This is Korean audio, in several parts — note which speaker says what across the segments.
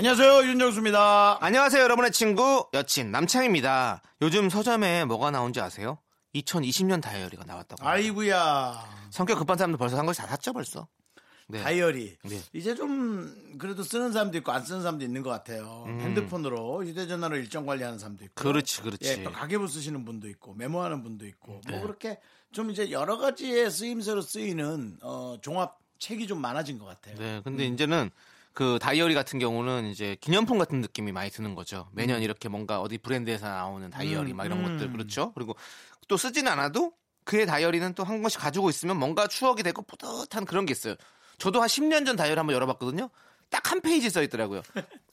Speaker 1: 안녕하세요 윤정수입니다.
Speaker 2: 안녕하세요, 여러분의 친구 여친 남창입니다. 요즘 서점에 뭐가 나온지 아세요? 2020년 다이어리가 나왔다고.
Speaker 1: 아이구야
Speaker 2: 성격 급한 사람들 벌써 산 것이 다 샀죠, 벌써. 네.
Speaker 1: 다이어리
Speaker 2: 네.
Speaker 1: 이제 좀 그래도 쓰는 사람도 있고 안 쓰는 사람도 있는 것 같아요. 핸드폰으로 휴대전화로 일정 관리하는 사람도 있고
Speaker 2: 음. 그렇지, 그렇지.
Speaker 1: 예, 또 가계부 쓰시는 분도 있고 메모하는 분도 있고
Speaker 2: 네.
Speaker 1: 뭐 그렇게 좀 이제 여러 가지의 쓰임새로 쓰이는 어, 종합 책이 좀 많아진 것 같아요.
Speaker 2: 네, 근데
Speaker 1: 음.
Speaker 2: 이제는 그 다이어리 같은 경우는 이제 기념품 같은 느낌이 많이 드는 거죠.
Speaker 1: 음.
Speaker 2: 매년 이렇게 뭔가 어디 브랜드에서 나오는 다이어리 막 이런 것들 그렇죠. 그리고 또 쓰진 않아도 그의 다이어리는 또 한 권씩 가지고 있으면 뭔가 추억이 되고 뿌듯한 그런 게 있어요. 저도 한 10년 전 다이어리 한번 열어봤거든요. 딱 한 페이지 써 있더라고요.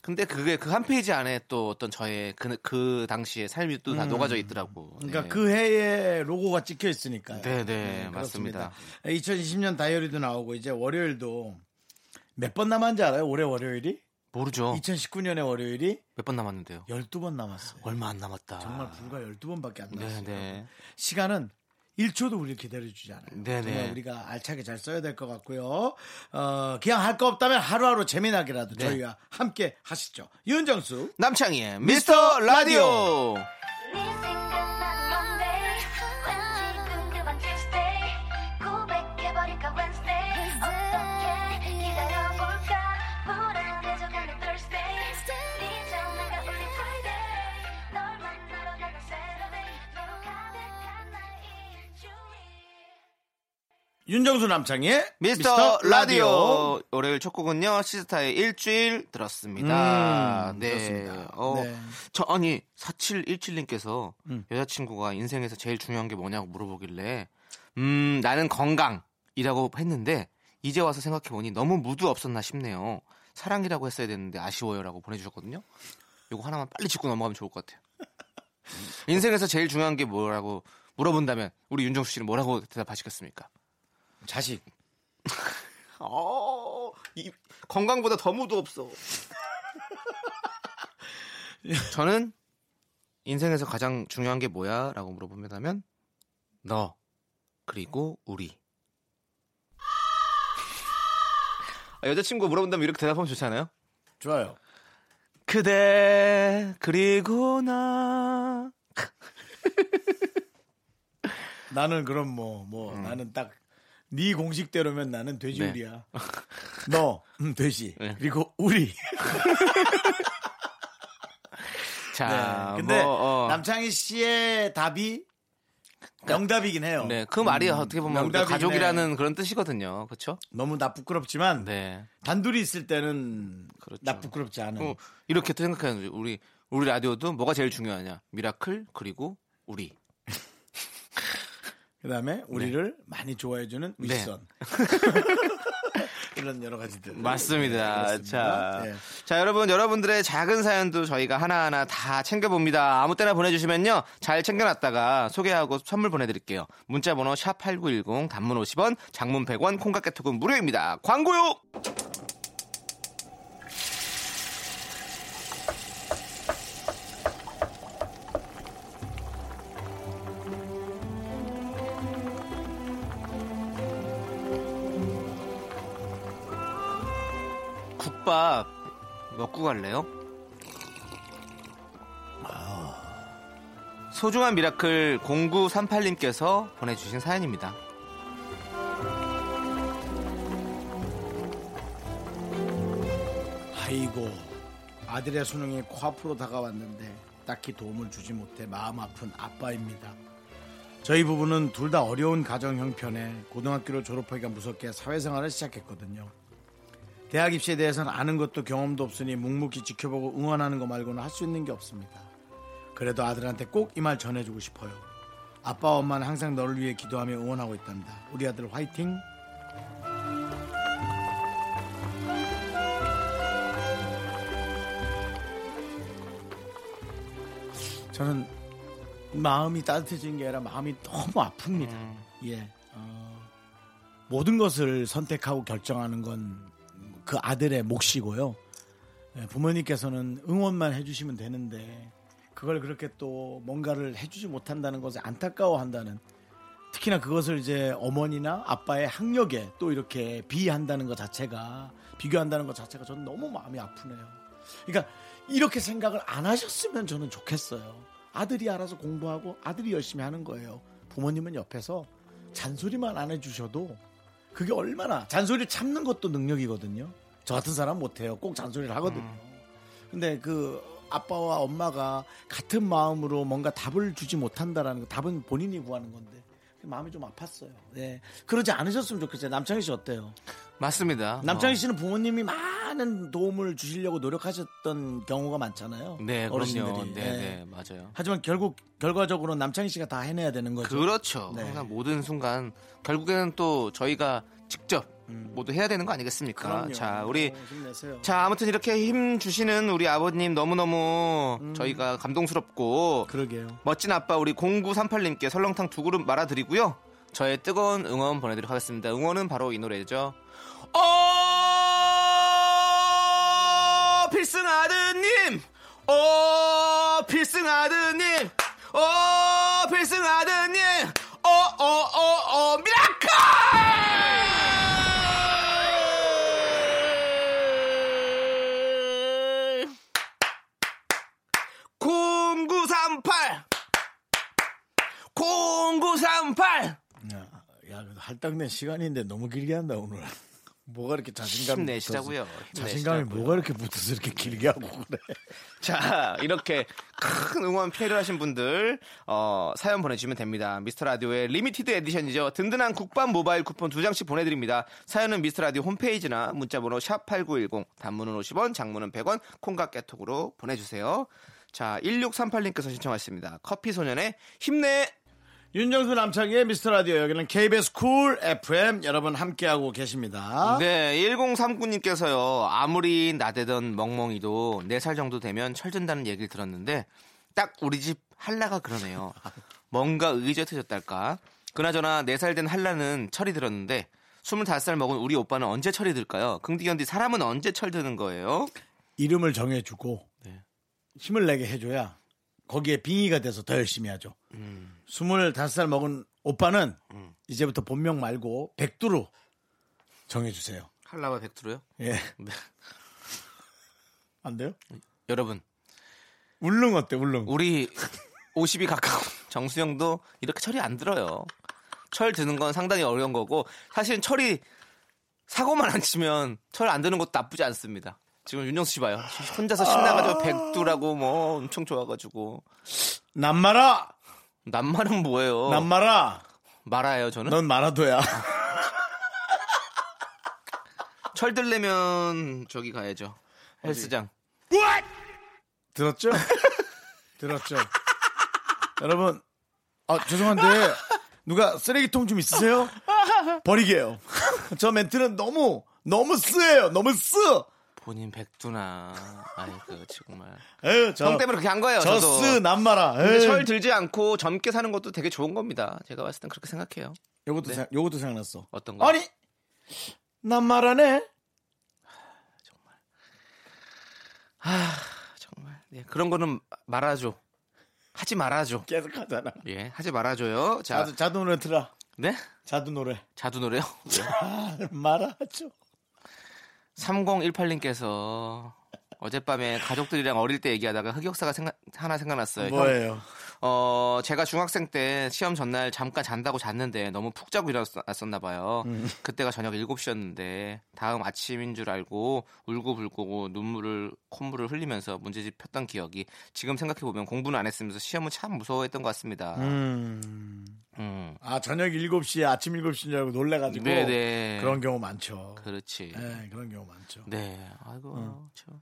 Speaker 2: 근데 그게 그 한 페이지 안에 또 어떤 저의 그, 그 당시의 삶이 또 다 녹아져 있더라고.
Speaker 1: 음. 그러니까
Speaker 2: 네.
Speaker 1: 그 해의 로고가 찍혀 있으니까요.
Speaker 2: 네, 네,
Speaker 1: 그렇습니다.
Speaker 2: 맞습니다.
Speaker 1: 2020년 다이어리도 나오고 이제 월요일도 몇 번 남았는지 알아요? 올해 월요일이?
Speaker 2: 모르죠.
Speaker 1: 2019년의 월요일이
Speaker 2: 몇 번 남았는데요.
Speaker 1: 12번 남았어요.
Speaker 2: 얼마 안 남았다.
Speaker 1: 정말 불과 12번밖에 안
Speaker 2: 네,
Speaker 1: 남았어요.
Speaker 2: 네.
Speaker 1: 시간은 1초도 우리를 기다려주지 않아요.
Speaker 2: 네네.
Speaker 1: 정말 우리가 알차게 잘 써야 될 것 같고요. 어, 그냥 할 거 없다면 하루하루 재미나게라도
Speaker 2: 네.
Speaker 1: 저희와 함께 하시죠. 윤정수.
Speaker 2: 남창희의 미스터 라디오.
Speaker 1: 윤정수 남창의
Speaker 2: 미스터 라디오 월요일 첫 곡은요 시스타의 일주일 들었습니다.
Speaker 1: 음,
Speaker 2: 네.
Speaker 1: 그렇습니다.
Speaker 2: 어,
Speaker 1: 네. 음.
Speaker 2: 저 아니 4717님께서 여자친구가 인생에서 제일 중요한 게 뭐냐고 물어보길래 음 나는 건강이라고 했는데 이제 와서 생각해 보니 너무 무드 없었나 싶네요. 사랑이라고 했어야 되는데 아쉬워요라고 보내주셨거든요. 요거 하나만 빨리 짚고 넘어가면 좋을 것 같아요. 음. 인생에서 제일 중요한 게 뭐라고 물어본다면 우리 윤정수 씨는 뭐라고 대답하시겠습니까?
Speaker 1: 자식.
Speaker 2: 어, 이 건강보다 더 무도 없어. 저는 인생에서 가장 중요한 게 뭐야라고 물어보면 너 그리고 우리. 아, 여자친구 물어본다면 이렇게 대답하면 좋지 않아요?
Speaker 1: 좋아요.
Speaker 2: 그대 그리고 나.
Speaker 1: 나는 그럼 뭐, 뭐,
Speaker 2: 음.
Speaker 1: 나는 딱, 네 공식대로면 나는 돼지우리야. 너, 음, 돼지.
Speaker 2: 네.
Speaker 1: 그리고 우리.
Speaker 2: 자,
Speaker 1: 네. 근데
Speaker 2: 뭐, 어.
Speaker 1: 남창희 씨의 답이 명답이긴 해요.
Speaker 2: 네, 그 말이 어떻게 보면 우리가
Speaker 1: 명답이긴 해.
Speaker 2: 가족이라는 그런 뜻이거든요. 그렇죠?
Speaker 1: 너무 나 부끄럽지만
Speaker 2: 네.
Speaker 1: 단둘이 있을 때는
Speaker 2: 그렇죠.
Speaker 1: 나 부끄럽지 않은.
Speaker 2: 어, 이렇게 또 생각하는 거죠. 우리 우리 라디오도 뭐가 제일 중요하냐? 미라클 그리고 우리. 네.
Speaker 1: 그다음에 우리를 많이 좋아해주는 윗선. 이런 여러 가지들.
Speaker 2: 맞습니다.
Speaker 1: 네,
Speaker 2: 자,
Speaker 1: 그렇습니다. 예.
Speaker 2: 자 여러분 여러분들의 작은 사연도 저희가 하나하나 다 챙겨봅니다. 아무 때나 보내주시면요 잘 챙겨놨다가 소개하고 선물 보내드릴게요. 문자번호 샵 #8910 단문 50원, 장문 100원, 콩깍개톡은 무료입니다. 광고요. 국밥 먹고 갈래요? 아. 소중한 미라클 0938님께서 보내주신 사연입니다.
Speaker 1: 아이고 아들의 수능이 코앞으로 다가왔는데 딱히 도움을 주지 못해 마음 아픈 아빠입니다. 저희 부부는 둘 다 어려운 가정 형편에 고등학교를 졸업하기가 무섭게 사회생활을 시작했거든요. 대학 입시에 대해서는 아는 것도 경험도 없으니 묵묵히 지켜보고 응원하는 거 말고는 할 수 있는 게 없습니다. 그래도 아들한테 꼭 이 말 전해주고 싶어요. 아빠와 엄마는 항상 너를 위해 기도하며 응원하고 있단다. 우리 아들 화이팅! 저는 마음이 따뜻해진 게 아니라 마음이 너무 아픕니다. 예. 어, 모든 것을 선택하고 결정하는 건 그 아들의 몫이고요. 예, 부모님께서는 응원만 해주시면 되는데 그걸 그렇게 또 뭔가를 해주지 못한다는 것에 안타까워한다는 특히나 그것을 이제 어머니나 아빠의 학력에 또 이렇게 비한다는 것 자체가 비교한다는 것 자체가 저는 너무 마음이 아프네요. 그러니까 이렇게 생각을 안 하셨으면 저는 좋겠어요. 아들이 알아서 공부하고 아들이 열심히 하는 거예요. 부모님은 옆에서 잔소리만 안 해주셔도 그게 얼마나 잔소리를 참는 것도 능력이거든요. 저 같은 사람 못해요. 꼭 잔소리를 하거든요. 근데 그 아빠와 엄마가 같은 마음으로 뭔가 답을 주지 못한다라는 거 답은 본인이 구하는 건데 마음이 좀 아팠어요. 네. 그러지 않으셨으면 좋겠어요. 남창희 씨 어때요?
Speaker 2: 맞습니다.
Speaker 1: 남창희
Speaker 2: 어,
Speaker 1: 씨는 부모님이 많은 도움을 주시려고 노력하셨던 경우가 많잖아요.
Speaker 2: 네,
Speaker 1: 어르신들이.
Speaker 2: 그럼요. 네,
Speaker 1: 네.
Speaker 2: 네, 맞아요.
Speaker 1: 하지만 결국 결과적으로 남창희 씨가 다 해내야 되는 거죠.
Speaker 2: 그렇죠.
Speaker 1: 네.
Speaker 2: 항상 모든 순간 결국에는 또 저희가 직접 모두 해야 되는 거 아니겠습니까?
Speaker 1: 음. 그럼요.
Speaker 2: 자, 우리
Speaker 1: 어, 힘내세요.
Speaker 2: 자, 아무튼 이렇게 힘 주시는 우리 아버님 너무너무
Speaker 1: 음.
Speaker 2: 저희가 감동스럽고
Speaker 1: 그러게요.
Speaker 2: 멋진 아빠 우리 0938님께 설렁탕 두 그릇 말아드리고요. 저의 뜨거운 응원 보내드리도록 하겠습니다. 응원은 바로 이 노래죠. 어 필승 아드님, 어 필승 아드님, 어 필승 아드님, 어 어 어 어 미라클! 0938 0938
Speaker 1: 야, 그래도 할당된 시간인데 너무 길게 한다 오늘. 뭐가 이렇게 자신감이
Speaker 2: 힘내시자고요.
Speaker 1: 붙어서-
Speaker 2: 힘내시자고요.
Speaker 1: 자신감이 뭐가 이렇게 붙어서 이렇게 길게 하고 그래.
Speaker 2: 자 이렇게 큰 응원 필요를 하신 분들 어, 사연 보내주시면 됩니다 미스터라디오의 리미티드 에디션이죠 든든한 국밥 모바일 쿠폰 두 장씩 보내드립니다 사연은 미스터라디오 홈페이지나 문자번호 샵8910 단문은 50원 장문은 100원 콩각 깨톡으로 보내주세요 자 1638님께서 신청하셨습니다 커피소년의 힘내
Speaker 1: 윤정수 남창희의 미스터 라디오 여기는 KBS 쿨 FM 여러분 함께하고 계십니다.
Speaker 2: 네, 1039님께서요. 아무리 나대던 멍멍이도 4살 정도 되면 철든다는 얘기를 들었는데 딱 우리 집 한라가 그러네요. 뭔가 의젓해졌달까. 그나저나 4살 된 한라는 철이 들었는데 25살 먹은 우리 오빠는 언제 철이 들까요? 긍디견디 사람은 언제 철드는 거예요?
Speaker 1: 이름을 정해주고
Speaker 2: 네.
Speaker 1: 힘을 내게 해줘야 거기에 빙의가 돼서 더 열심히 하죠. 음. 스물 25살 먹은 오빠는 이제부터 본명 말고 백두로 정해주세요.
Speaker 2: 한라와 백두로요?
Speaker 1: 예.
Speaker 2: 네.
Speaker 1: 안 돼요?
Speaker 2: 여러분,
Speaker 1: 울릉 어때, 울릉?
Speaker 2: 우리 50이 가까운 정수영도 이렇게 철이 안 들어요. 철 드는 건 상당히 어려운 거고 사실은 철이 사고만 안 치면 철 안 드는 것도 나쁘지 않습니다. 지금 윤정수 씨 봐요. 혼자서
Speaker 1: 아.
Speaker 2: 신나가지고 백두라고 뭐 엄청 좋아가지고
Speaker 1: 남마라!
Speaker 2: 낱말은
Speaker 1: 어.
Speaker 2: 뭐예요?
Speaker 1: 남마라!
Speaker 2: 말아요 저는.
Speaker 1: 넌 마라도야.
Speaker 2: 철 들려면 저기 가야죠. 헬스장.
Speaker 1: 들었죠? 들었죠? 여러분, 아, 죄송한데, 누가 쓰레기통 좀 있으세요? 버리게요. 저 멘트는 너무, 너무 쓰예요. 너무 쓰!
Speaker 2: 본인 백두나. 아이고 그 정말.
Speaker 1: 에휴, 저,
Speaker 2: 형 때문에 그렇게 한 거예요.
Speaker 1: 저
Speaker 2: 저도.
Speaker 1: 쓰, 남마라.
Speaker 2: 근데
Speaker 1: 에이.
Speaker 2: 철 들지 않고 젊게 사는 것도 되게 좋은 겁니다. 제가 봤을 땐 그렇게 생각해요.
Speaker 1: 요것도,
Speaker 2: 네.
Speaker 1: 생- 요것도 생각났어.
Speaker 2: 어떤 거?
Speaker 1: 아니, 남마라네?
Speaker 2: 정말 예, 그런 거는 말아줘 하지 말아줘
Speaker 1: 계속 하잖아.
Speaker 2: 예 하지 말아줘요 자
Speaker 1: 자두, 자두 노래 틀어.
Speaker 2: 네?
Speaker 1: 자두 노래.
Speaker 2: 자두 노래요
Speaker 1: 말아줘.
Speaker 2: 3018님께서 어젯밤에 가족들이랑 어릴 때 얘기하다가 흑역사가 생각, 하나 생각났어요 네, 형,
Speaker 1: 뭐예요?
Speaker 2: 어, 제가 중학생 때 시험 전날 잠깐 잔다고 잤는데 너무 푹 자고 일어났었나 봐요.
Speaker 1: 음.
Speaker 2: 그때가 저녁 7시였는데 다음 아침인 줄 알고 울고불고 눈물을 콧물을 흘리면서 문제집 폈던 기억이 지금 생각해보면 공부는 안 했으면서 시험은 참 무서워했던 것 같습니다.
Speaker 1: 음.
Speaker 2: 음.
Speaker 1: 아, 저녁 7시에 아침 7시인 줄 알고 놀래가지고.
Speaker 2: 네네.
Speaker 1: 그런 경우 많죠.
Speaker 2: 그렇지.
Speaker 1: 네, 음. 그런 경우 많죠.
Speaker 2: 네. 아이고. 참.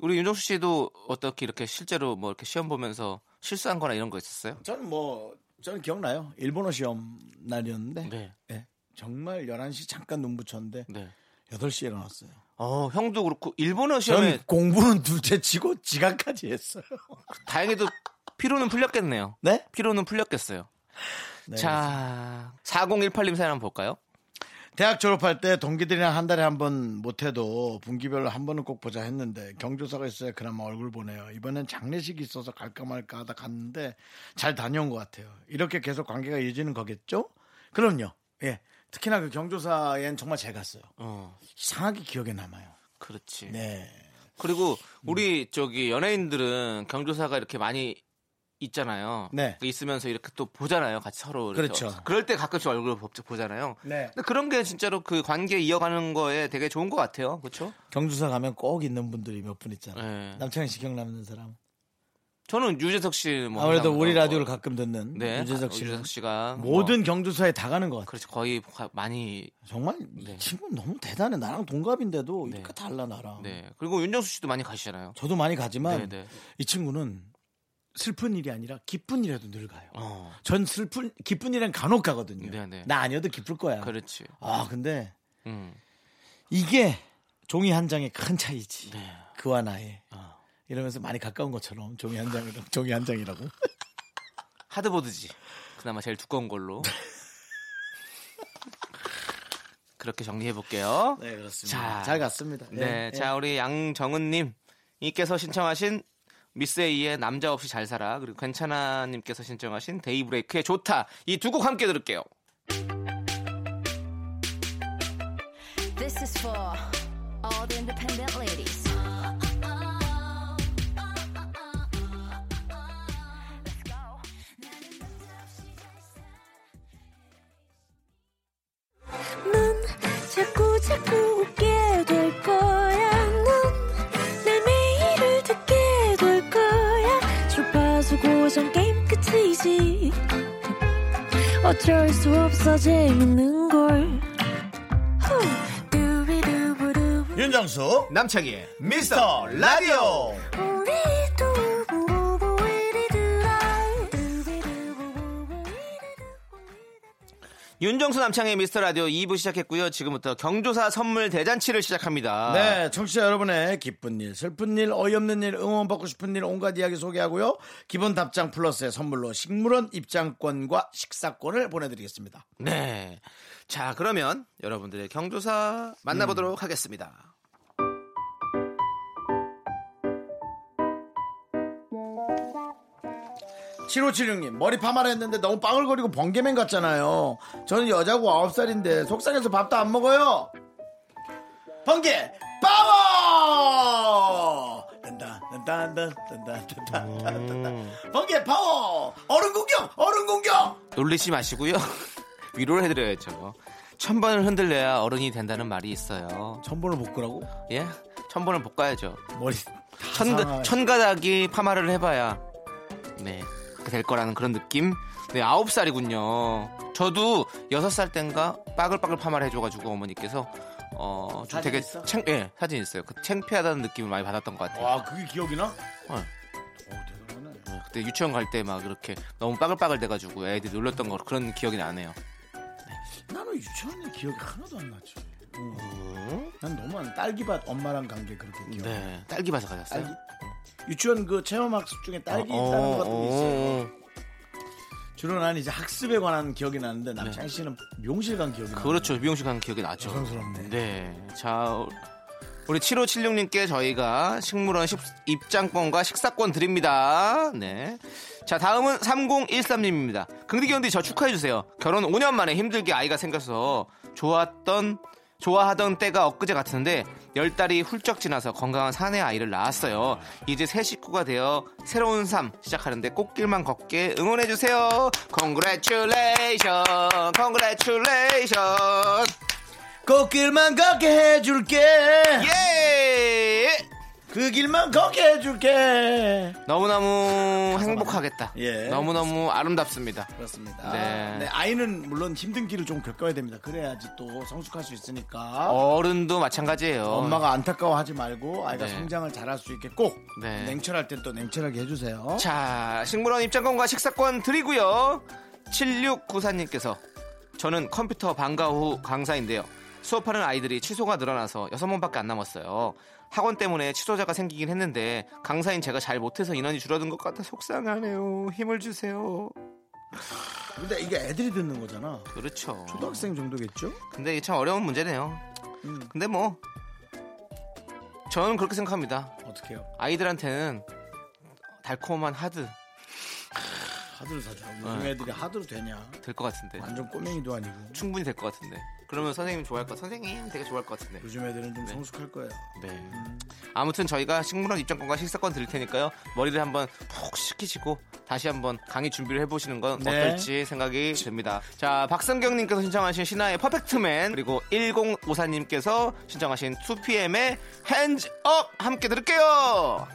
Speaker 2: 우리 윤정수 씨도 어떻게 이렇게 실제로 뭐 이렇게 시험 보면서 실수한 거나 이런 거 있었어요?
Speaker 1: 저는 뭐 저는 기억나요. 일본어 시험 날이었는데
Speaker 2: 네.
Speaker 1: 예, 정말 11시 잠깐 눈 붙였는데
Speaker 2: 네.
Speaker 1: 8시에 일어났어요.
Speaker 2: 어, 형도 그렇고
Speaker 1: 저는
Speaker 2: 일본어 시험에
Speaker 1: 공부는 둘째 치고 지각까지 했어요.
Speaker 2: 다행히도 피로는 풀렸겠네요.
Speaker 1: 네?
Speaker 2: 피로는 풀렸겠어요.
Speaker 1: 네.
Speaker 2: 자, 4018님 사연 한번 볼까요?
Speaker 1: 대학 졸업할 때 동기들이랑 한 달에 한 번 못해도 분기별로 한 번은 꼭 보자 했는데 경조사가 있어야 그나마 얼굴 보네요. 이번엔 장례식이 있어서 갈까 말까 하다 갔는데 잘 다녀온 것 같아요. 이렇게 계속 관계가 이어지는 거겠죠? 그럼요. 예. 특히나 그 경조사엔 정말 잘 갔어요.
Speaker 2: 어,
Speaker 1: 이상하게 기억에 남아요.
Speaker 2: 그렇지.
Speaker 1: 네.
Speaker 2: 그리고 우리 저기 연예인들은 경조사가 이렇게 많이 있잖아요. 그
Speaker 1: 네.
Speaker 2: 있으면서 이렇게 또 보잖아요. 같이 서로. 이렇게.
Speaker 1: 그렇죠.
Speaker 2: 그럴 때 가끔씩 얼굴을 보- 보잖아요.
Speaker 1: 네.
Speaker 2: 근데 그런 게 진짜로 그 관계 이어가는 거에 되게 좋은 것 같아요. 그렇죠?
Speaker 1: 경조사 가면 꼭 있는 분들이 몇 분 있잖아요.
Speaker 2: 네.
Speaker 1: 남창희 씨 기억나는 사람.
Speaker 2: 저는 유재석 씨 뭐.
Speaker 1: 아무래도
Speaker 2: 항상
Speaker 1: 우리
Speaker 2: 뭐 그런
Speaker 1: 라디오를
Speaker 2: 거-
Speaker 1: 가끔 듣는
Speaker 2: 네.
Speaker 1: 유재석 씨는
Speaker 2: 유재석 씨가 뭐-
Speaker 1: 모든 경조사에 다 가는 것 같아요.
Speaker 2: 그렇죠. 거의 가- 많이
Speaker 1: 정말
Speaker 2: 네.
Speaker 1: 이 친구 는 너무 대단해. 나랑 동갑인데도
Speaker 2: 네.
Speaker 1: 이렇게 달라 나랑.
Speaker 2: 네. 그리고 윤정수 씨도 많이 가시잖아요.
Speaker 1: 저도 많이
Speaker 2: 네,
Speaker 1: 가지만
Speaker 2: 네.
Speaker 1: 이 친구는 슬픈 일이 아니라 기쁜 일에도 늘 가요.
Speaker 2: 어.
Speaker 1: 전 슬픈 기쁜 일엔 간혹 가거든요.
Speaker 2: 네, 네.
Speaker 1: 나 아니어도 기쁠 거야.
Speaker 2: 그렇지.
Speaker 1: 아 근데
Speaker 2: 음.
Speaker 1: 이게 종이 한 장의 큰 차이지.
Speaker 2: 네.
Speaker 1: 그와 나의
Speaker 2: 아.
Speaker 1: 이러면서 많이 가까운 것처럼 종이 한 장이라고 종이 한 장이라고.
Speaker 2: 하드보드지. 그나마 제일 두꺼운 걸로. 그렇게 정리해 볼게요.
Speaker 1: 네 그렇습니다.
Speaker 2: 자.
Speaker 1: 잘 갔습니다.
Speaker 2: 네,
Speaker 1: 예, 예.
Speaker 2: 자 우리 양정은님 이께서 신청하신 미스에이의 남자 없이 잘 살아 그리고 괜찮아님께서 신청하신 데이브레이크의 좋다 이 두 곡 함께 들을게요.
Speaker 3: This is for all the independent ladies.
Speaker 4: 넌 자꾸 자꾸 웃게 될 거야. 넌내 매일을 듣게 될 거야. 주파수 고정 게임 끝이지. 어쩔 수 없어 재밌는 걸. 후. 두비두부두.
Speaker 1: 윤정수
Speaker 2: 남창희의
Speaker 1: 미스터 라디오.
Speaker 4: 우리 두부부부 우리 두라. 두비두부부부 우리 두부부.
Speaker 2: 윤정수 남창의 미스터 라디오 2부 시작했고요. 지금부터 경조사 선물 대잔치를 시작합니다.
Speaker 1: 네, 청취자 여러분의 기쁜 일, 슬픈 일, 어이없는 일, 응원받고 싶은 일, 온갖 이야기 소개하고요. 기본 답장 플러스의 선물로 식물원 입장권과 식사권을 보내드리겠습니다.
Speaker 2: 네. 자 그러면 여러분들의 경조사 만나보도록 하겠습니다.
Speaker 1: 칠오칠6님 머리 파마를 했는데 너무 빵을거리고 번개맨 같잖아요. 저는 여자고 아홉 살인데 속상해서 밥도 안 먹어요. 번개 파워! 딴다, 딴다, 딴다, 딴다, 딴다, 딴다.
Speaker 2: 음.
Speaker 1: 번개 파워! 얼음 공격! 얼음 공격!
Speaker 2: 놀리지 마시고요. 위로를 해드려야죠. 천 번을 흔들려야 어른이 된다는 말이 있어요.
Speaker 1: 천번을 볶으라고
Speaker 2: 예? 천 번을 볶아야죠.
Speaker 1: 머리
Speaker 2: 천,
Speaker 1: 상하네.
Speaker 2: 천가닥이 파마를 해봐야 네, 그렇게 될 거라는 그런 느낌. 네, 아홉 살이군요. 저도 여섯 살 땐가 빠글빠글 파마를 해줘가지고 어머니께서 어, 좀
Speaker 1: 사진
Speaker 2: 되게
Speaker 1: 있어?
Speaker 2: 창, 예, 사진 있어요. 그 창피하다는 느낌을 많이 받았던 것 같아요.
Speaker 1: 와 그게 기억이 나?
Speaker 2: 어,
Speaker 1: 대단하네.
Speaker 2: 어, 그때 유치원 갈 때 막 이렇게 너무 빠글빠글 돼가지고 애들이 놀렸던 거 그런 기억이 나네요.
Speaker 1: 나는 유치원에 기억이 하나도 안 나지. 어. 난 너무 안 딸기밭 엄마랑 관계 그렇게 기억.
Speaker 2: 음. 네, 딸기밭에 가셨어요.
Speaker 1: 딸기 유치원 그 체험학습 중에 딸기
Speaker 2: 어,
Speaker 1: 따는
Speaker 2: 어,
Speaker 1: 것도 있어요.
Speaker 2: 어, 어.
Speaker 1: 주로 난 이제 학습에 관한 기억이 나는데 남창희 씨는 미용실 간 기억이 나.
Speaker 2: 네. 그렇죠. 미용실 간 기억이 나죠.
Speaker 1: 여성스럽네.
Speaker 2: 네. 자, 우리 7576님께 저희가 식물원 십- 입장권과 식사권 드립니다. 네. 자, 다음은 3013님입니다. 긍디 견디 저 축하해주세요. 결혼 5년 만에 힘들게 아이가 생겨서 좋았던, 좋아하던 때가 엊그제 같은데 10달이 훌쩍 지나서 건강한 사내 아이를 낳았어요. 이제 새 식구가 되어 새로운 삶 시작하는데 꽃길만 걷게 응원해주세요. Congratulation! Congratulation!
Speaker 1: 꽃길만 걷게 해줄게.
Speaker 2: 예!
Speaker 1: 그 길만 걷게 해줄게.
Speaker 2: 너무너무 행복하겠다.
Speaker 1: 예.
Speaker 2: 너무너무 아름답습니다.
Speaker 1: 그렇습니다.
Speaker 2: 네.
Speaker 1: 아이는 물론 힘든 길을 좀 겪어야 됩니다. 그래야지 또 성숙할 수 있으니까.
Speaker 2: 어른도 마찬가지예요.
Speaker 1: 엄마가 안타까워하지 말고 아이가
Speaker 2: 네.
Speaker 1: 성장을 잘할 수 있게 꼭
Speaker 2: 네.
Speaker 1: 냉철할 땐 또 냉철하게 해주세요.
Speaker 2: 자, 식물원 입장권과 식사권 드리고요. 7694님께서 저는 컴퓨터 방과 후 강사인데요. 수업하는 아이들이 취소가 늘어나서 여섯 명밖에 안 남았어요. 학원 때문에 취소자가 생기긴 했는데 강사인 제가 잘 못해서 인원이 줄어든 것 같아 속상하네요. 힘을 주세요.
Speaker 1: 근데 이게 애들이 듣는 거잖아.
Speaker 2: 그렇죠.
Speaker 1: 초등학생 정도겠죠?
Speaker 2: 근데 이게 참 어려운 문제네요.
Speaker 1: 음.
Speaker 2: 근데 뭐 저는 그렇게 생각합니다.
Speaker 1: 어떻게요?
Speaker 2: 아이들한테는 달콤한 하드
Speaker 1: 하드를 사줘. 요즘
Speaker 2: 네.
Speaker 1: 애들이 하드로 되냐?
Speaker 2: 될 것 같은데
Speaker 1: 완전 꼬맹이도 아니고.
Speaker 2: 충분히 될 것 같은데. 그러면 선생님 좋아할 것 선생님 되게 좋아할 것 같은데.
Speaker 1: 요즘 애들은 좀 성숙할 거예요.
Speaker 2: 네. 아무튼 저희가 식물원 입장권과 식사권 드릴 테니까요. 머리를 한번 푹 식히시고 다시 한번 강의 준비를 해보시는 건
Speaker 1: 네.
Speaker 2: 어떨지 생각이 듭니다. 자, 박성경님께서 신청하신 신화의 퍼펙트맨 그리고 1054님께서 신청하신 2PM의 핸즈업 함께 들을게요.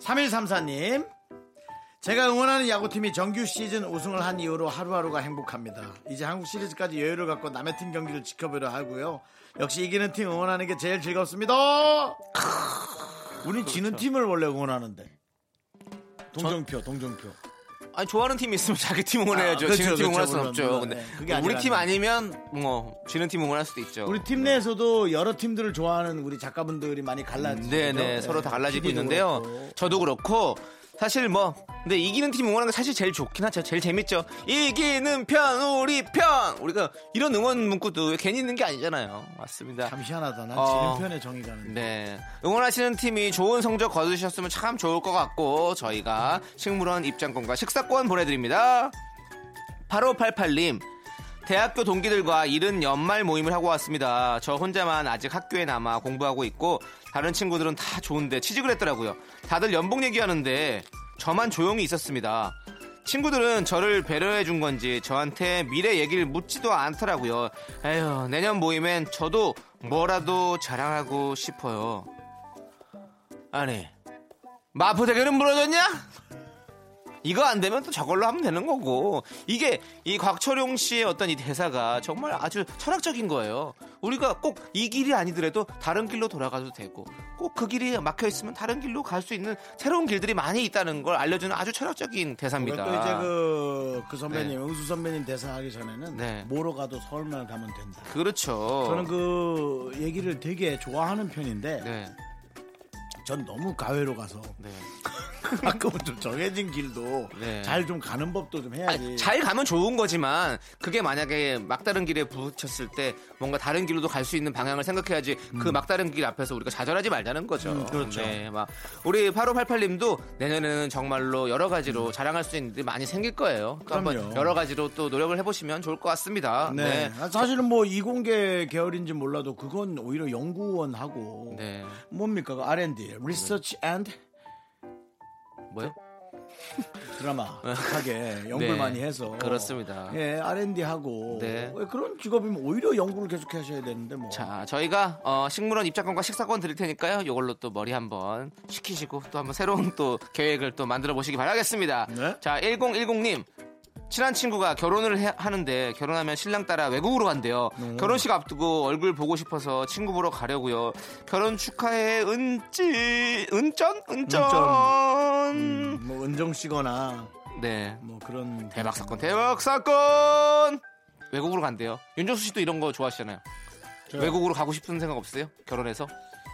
Speaker 1: 삼일삼사님 제가 응원하는 야구팀이 정규 시즌 우승을 한 이후로 하루하루가 행복합니다. 이제 한국 시리즈까지 여유를 갖고 남의 팀 경기를 지켜보려 하고요. 역시 이기는 팀 응원하는 게 제일 즐겁습니다. 그렇죠. 우린 지는 팀을 원래 응원하는데. 동정표, 동정표.
Speaker 2: 아니 좋아하는 팀이 있으면 자기 팀 응원해야죠.
Speaker 1: 아, 그렇죠,
Speaker 2: 지는 팀 응원할
Speaker 1: 그렇죠,
Speaker 2: 수는
Speaker 1: 물론,
Speaker 2: 없죠.
Speaker 1: 물론.
Speaker 2: 근데
Speaker 1: 네, 그게
Speaker 2: 우리
Speaker 1: 아니라는
Speaker 2: 팀 아니면 뭐 지는 팀 응원할 수도 있죠.
Speaker 1: 우리 팀 내에서도 여러 팀들을 좋아하는 우리 작가분들이 많이 갈라지죠.
Speaker 2: 네네 서로 다 갈라지고 있는데요.
Speaker 1: 그렇고.
Speaker 2: 저도 그렇고 사실 뭐 근데 이기는 팀 응원하는 게 사실 제일 좋긴 하죠. 제일 재밌죠. 이기는 편 우리 편 우리가 이런 응원 문구도 괜히 있는 게 아니잖아요. 맞습니다.
Speaker 1: 참 희한하다. 난
Speaker 2: 어.
Speaker 1: 지는 편에 정이 가는데.
Speaker 2: 네. 응원하시는 팀이 좋은 성적 거두셨으면 참 좋을 것 같고, 저희가 식물원 입장권과 식사권 보내드립니다. 8588님, 대학교 동기들과 이른 연말 모임을 하고 왔습니다. 저 혼자만 아직 학교에 남아 공부하고 있고, 다른 친구들은 다 좋은데 취직을 했더라고요. 다들 연봉 얘기하는데, 저만 조용히 있었습니다. 친구들은 저를 배려해 준 건지 저한테 미래 얘기를 묻지도 않더라고요. 에휴, 내년 모임엔 저도 뭐라도 자랑하고 싶어요. 아니, 마포 대결은 무너졌냐? 이거 안 되면 또 저걸로 하면 되는 거고 이게 이 곽철용 씨의 어떤 이 대사가 정말 아주 철학적인 거예요. 우리가 꼭 이 길이 아니더라도 다른 길로 돌아가도 되고 꼭 그 길이 막혀 있으면 다른 길로 갈 수 있는 새로운 길들이 많이 있다는 걸 알려주는 아주 철학적인
Speaker 1: 또
Speaker 2: 대사입니다.
Speaker 1: 이제 그, 그
Speaker 2: 네.
Speaker 1: 선배님, 응수 선배님 대사하기 전에는
Speaker 2: 네.
Speaker 1: 뭐로 가도 서울만 가면 된다.
Speaker 2: 그렇죠.
Speaker 1: 저는 그 얘기를 되게 좋아하는 편인데
Speaker 2: 네,
Speaker 1: 전 너무 가외로 가서
Speaker 2: 네.
Speaker 1: 가끔은 좀 정해진 길도
Speaker 2: 네.
Speaker 1: 잘 좀 가는 법도 좀 해야지.
Speaker 2: 아니, 잘 가면 좋은 거지만 그게 만약에 막다른 길에 부딪혔을 때 뭔가 다른 길로도 갈 수 있는 방향을 생각해야지 그 막다른 길 앞에서 우리가 좌절하지 말자는 거죠.
Speaker 1: 음. 그렇죠.
Speaker 2: 네, 막 우리 8588님도 내년에는 정말로 여러 가지로 자랑할 수 있는 일이 많이 생길 거예요. 또 한번
Speaker 1: 음. 그럼요.
Speaker 2: 여러 가지로 또 노력을 해보시면 좋을 것 같습니다.
Speaker 1: 네. 아, 사실은 뭐 이공계 계열인지 몰라도 그건 오히려 연구원하고
Speaker 2: 네.
Speaker 1: 뭡니까 그 R&D, Research and
Speaker 2: 뭐요?
Speaker 1: 드라마 하게 연구를
Speaker 2: 네.
Speaker 1: 많이 해서
Speaker 2: 그렇습니다.
Speaker 1: 예, R&D 하고
Speaker 2: 네.
Speaker 1: 왜 그런 직업이면 오히려 연구를 계속 하셔야 되는데 뭐.
Speaker 2: 자, 저희가 어, 식물원 입장권과 식사권 드릴 테니까요. 요걸로 또 머리 한번 식히시고 또 한번 새로운 또 계획을 또 만들어 보시기 바라겠습니다.
Speaker 1: 네.
Speaker 2: 자, 1010님. 친한 친구가 결혼을 해- 하는데 결혼하면 신랑 따라 외국으로 간대요. 결혼식 앞두고 얼굴 보고 싶어서 친구 보러 가려고요. 결혼 축하해 은지 은전 은전.
Speaker 1: 음, 뭐 은정 씨거나
Speaker 2: 네.
Speaker 1: 뭐 그런
Speaker 2: 대박 사건 대박 사건. 외국으로 간대요. 윤정수 씨도 이런 거 좋아하시잖아요.
Speaker 1: 저-
Speaker 2: 외국으로 가고 싶은 생각 없으세요? 결혼해서?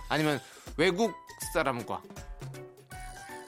Speaker 2: 아니면 외국 사람과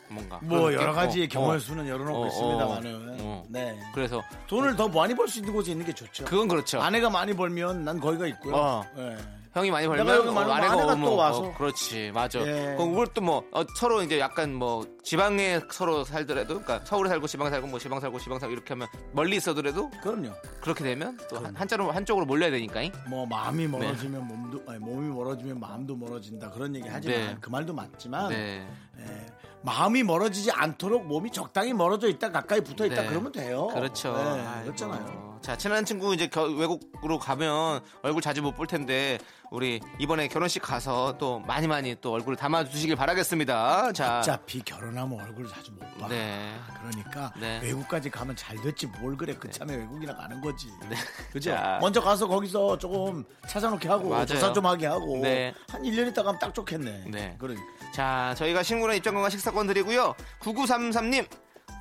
Speaker 2: 뭔가
Speaker 1: 뭐
Speaker 2: 그런
Speaker 1: 여러
Speaker 2: 느낌?
Speaker 1: 가지
Speaker 2: 어,
Speaker 1: 경우의
Speaker 2: 어.
Speaker 1: 수는 열어놓고
Speaker 2: 어,
Speaker 1: 있습니다만은
Speaker 2: 어.
Speaker 1: 네
Speaker 2: 그래서
Speaker 1: 돈을 더 많이 벌 수 있는 곳에 있는 게 좋죠.
Speaker 2: 그건 그렇죠.
Speaker 1: 아내가 많이 벌면 난 거기가 있고요.
Speaker 2: 어.
Speaker 1: 예.
Speaker 2: 형이 많이
Speaker 1: 내가
Speaker 2: 벌면
Speaker 1: 여기
Speaker 2: 어,
Speaker 1: 많으면
Speaker 2: 아내가
Speaker 1: 아내가
Speaker 2: 오면
Speaker 1: 또
Speaker 2: 어,
Speaker 1: 와서.
Speaker 2: 그렇지 맞아.
Speaker 1: 예.
Speaker 2: 그걸 또뭐 어, 서로 이제 약간 뭐 지방에 서로 살더라도 그러니까 서울에 살고 지방에 살고 뭐 지방 살고 지방 살고 이렇게 하면 멀리 있어더라도
Speaker 1: 그럼요.
Speaker 2: 그렇게 되면 또 한, 한자로 한쪽으로 몰려야 되니까.
Speaker 1: 뭐
Speaker 2: 네.
Speaker 1: 마음이 멀어지면 몸도 아니, 몸이 멀어지면 마음도 멀어진다 그런 얘기 하지만
Speaker 2: 네.
Speaker 1: 그 말도 맞지만
Speaker 2: 네.
Speaker 1: 예. 마음이 멀어지지 않도록 몸이 적당히 멀어져 있다 가까이 붙어 있다
Speaker 2: 네.
Speaker 1: 그러면 돼요.
Speaker 2: 그렇죠.
Speaker 1: 네,
Speaker 2: 아이고,
Speaker 1: 그렇잖아요.
Speaker 2: 자, 친한 친구 이제 겨- 외국으로 가면 얼굴 자주 못 볼 텐데 우리 이번에 결혼식 가서 또 많이 많이 또 얼굴을 담아 주시길 바라겠습니다. 자.
Speaker 1: 어차피 결혼하면 얼굴 자주 못 봐.
Speaker 2: 아. 네.
Speaker 1: 그러니까
Speaker 2: 네.
Speaker 1: 외국까지 가면 잘 됐지 뭘 그래 그참에 외국이나 가는 거지. 그죠?
Speaker 2: 네. 자.
Speaker 1: 먼저 가서 거기서 조금 찾아놓게 하고
Speaker 2: 맞아요.
Speaker 1: 조사 좀 하게 하고
Speaker 2: 네.
Speaker 1: 한 1년 있다 가면 딱 좋겠네.
Speaker 2: 네.
Speaker 1: 그러니까.
Speaker 2: 자, 저희가 식물원 입장권과 식사권 드리고요. 9933님,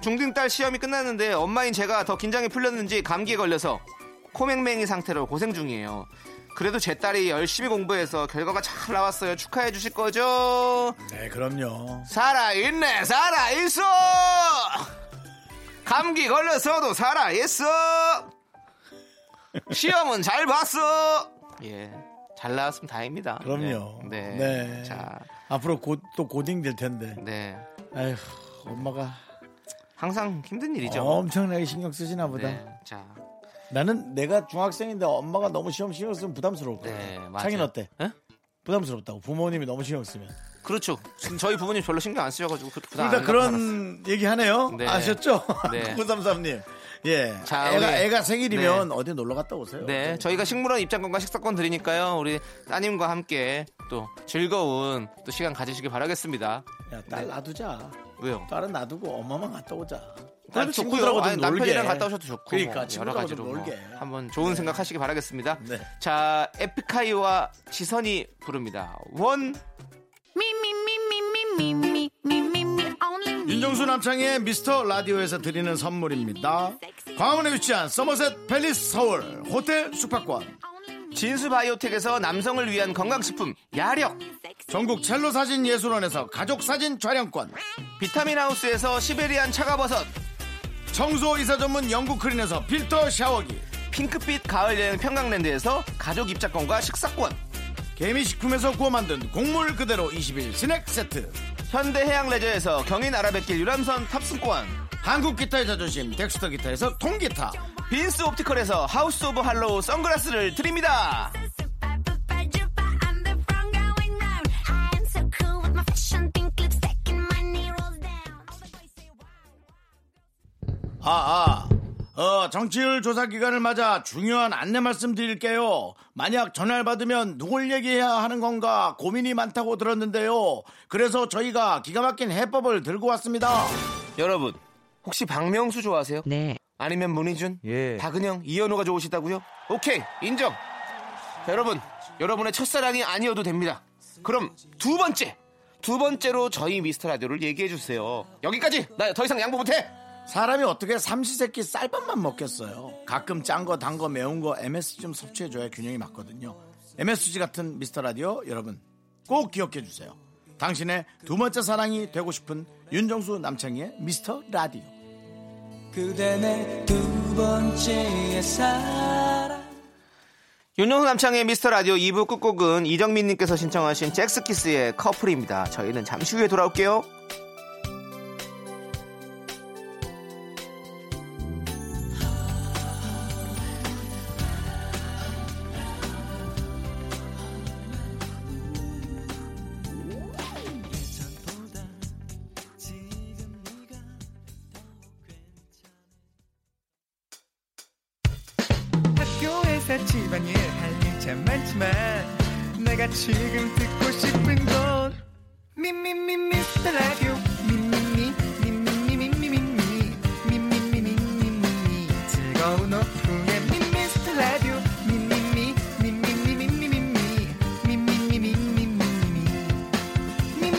Speaker 2: 중등딸 시험이 끝났는데 엄마인 제가 더 긴장이 풀렸는지 감기에 걸려서 코맹맹이 상태로 고생 중이에요. 그래도 제 딸이 열심히 공부해서 결과가 잘 나왔어요. 축하해 주실 거죠?
Speaker 1: 네, 그럼요.
Speaker 2: 살아있네, 살아있어! 감기 걸려서도 살아있어! 시험은 잘 봤어! 예. 잘 나왔으면 다행입니다.
Speaker 1: 그럼요.
Speaker 2: 네. 네. 자,
Speaker 1: 앞으로 곧 또 고딩 될 텐데.
Speaker 2: 네.
Speaker 1: 아휴, 엄마가
Speaker 2: 항상 힘든 일이죠.
Speaker 1: 엄청나게 신경 쓰시나 보다.
Speaker 2: 네. 자,
Speaker 1: 나는 내가 중학생인데 엄마가 너무 시험 신경 쓰면 부담스러울 거야.
Speaker 2: 네, 맞아요.
Speaker 1: 창인 어때?
Speaker 2: 예?
Speaker 1: 부담스럽다고. 부모님이 너무 신경 쓰면.
Speaker 2: 그렇죠. 지금 저희 부모님 별로 신경 안 쓰셔가지고 그렇게 부담
Speaker 1: 둘다
Speaker 2: 안 받고
Speaker 1: 그러니까 그런 얘기 하네요.
Speaker 2: 네.
Speaker 1: 아셨죠?
Speaker 2: 네.
Speaker 1: 933님. 예.
Speaker 2: 자,
Speaker 1: 애가,
Speaker 2: 우리-
Speaker 1: 애가 생일이면 어디 놀러 갔다 오세요.
Speaker 2: 살았어요. 네, 저희가 식물원 입장권과 식사권 드리니까요. 우리 따님과 함께 또 즐거운 또 시간 가지시길 바라겠습니다.
Speaker 1: 야, 딸
Speaker 2: 네.
Speaker 1: 놔두자.
Speaker 2: 왜요?
Speaker 1: 딸은 놔두고 엄마만 갔다 오자.
Speaker 2: 그래도
Speaker 1: 딸
Speaker 2: 아, 좋고요.
Speaker 1: 친구들하고 좀
Speaker 2: 아니,
Speaker 1: 놀게.
Speaker 2: 남편이랑 갔다 오셔도 좋고
Speaker 1: 그러니까
Speaker 2: 뭐 여러
Speaker 1: 친구들하고
Speaker 2: 가지로
Speaker 1: 좀
Speaker 2: 뭐
Speaker 1: 놀게.
Speaker 2: 한번 좋은 생각하시기 바라겠습니다.
Speaker 1: 네.
Speaker 2: 자, 에픽하이와 지선이 부릅니다. 원
Speaker 1: 윤정수 남창의 미스터 라디오에서 드리는 선물입니다. 광화문에 위치한 서머셋 팰리스 서울 호텔 숙박권.
Speaker 2: 진수바이오텍에서 남성을 위한 건강식품 야력
Speaker 1: 전국 첼로 사진 예술원에서 가족 사진 촬영권.
Speaker 2: 비타민 하우스에서 시베리안 차가버섯
Speaker 1: 청소 이사 전문 영국 크린에서 필터 샤워기.
Speaker 2: 핑크빛 가을 여행 평강랜드에서 가족 입장권과 식사권
Speaker 1: 개미식품에서 구워 만든 곡물 그대로 21 스낵 세트.
Speaker 2: 현대해양 레저에서 경인 아라뱃길 유람선 탑승권
Speaker 1: 한국 기타의 자존심 덱스터 기타에서 통기타.
Speaker 2: 빈스 옵티컬에서 하우스 오브 할로우 선글라스를 드립니다
Speaker 1: 아, 아. 어, 정치율 조사 기간을 맞아 중요한 안내 말씀 드릴게요. 만약 전화를 받으면 누굴 얘기해야 하는 건가 고민이 많다고 들었는데요. 그래서 저희가 기가 막힌 해법을 들고 왔습니다.
Speaker 2: 여러분 혹시 박명수 좋아하세요? 네 아니면 문희준? 예 박은영, 이현우가 좋으시다고요? 오케이 인정 자, 여러분 여러분의 첫사랑이 아니어도 됩니다 그럼 두 번째 두 번째로 저희 미스터 라디오를 얘기해 주세요 여기까지 나 더 이상 양보 못해
Speaker 1: 사람이 어떻게 삼시세끼 쌀밥만 먹겠어요. 가끔 짠 거, 단 거, 매운 거 MSG 좀 섭취해줘야 균형이 맞거든요. MSG 같은 미스터 라디오 여러분 꼭 기억해 주세요. 당신의 두 번째 사랑이 되고 싶은 윤정수 남창희의 미스터 라디오.
Speaker 5: 그대 내 두 번째의 사랑
Speaker 2: 윤영수 남창의 미스터 라디오 2부 끝곡은 이정민님께서 신청하신 잭스키스의 커플입니다. 저희는 잠시 후에 돌아올게요.
Speaker 6: 학교에서 집안일 할 일 참 많지만 내가 지금 듣고 싶은 건 미미미 미스터 라디오 미미미 미미미 미미미 미미미 미미미 즐거운 오후에 미스터 라디오 미미미 미미미 미미미 미미미 미미미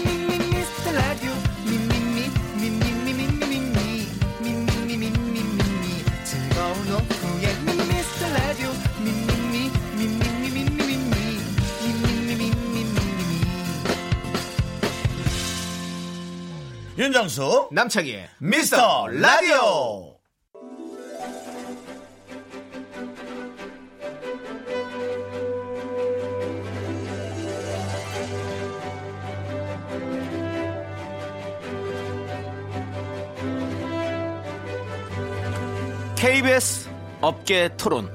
Speaker 1: 윤정수
Speaker 2: 남창희의
Speaker 1: 미스터 라디오.
Speaker 2: KBS 업계 토론.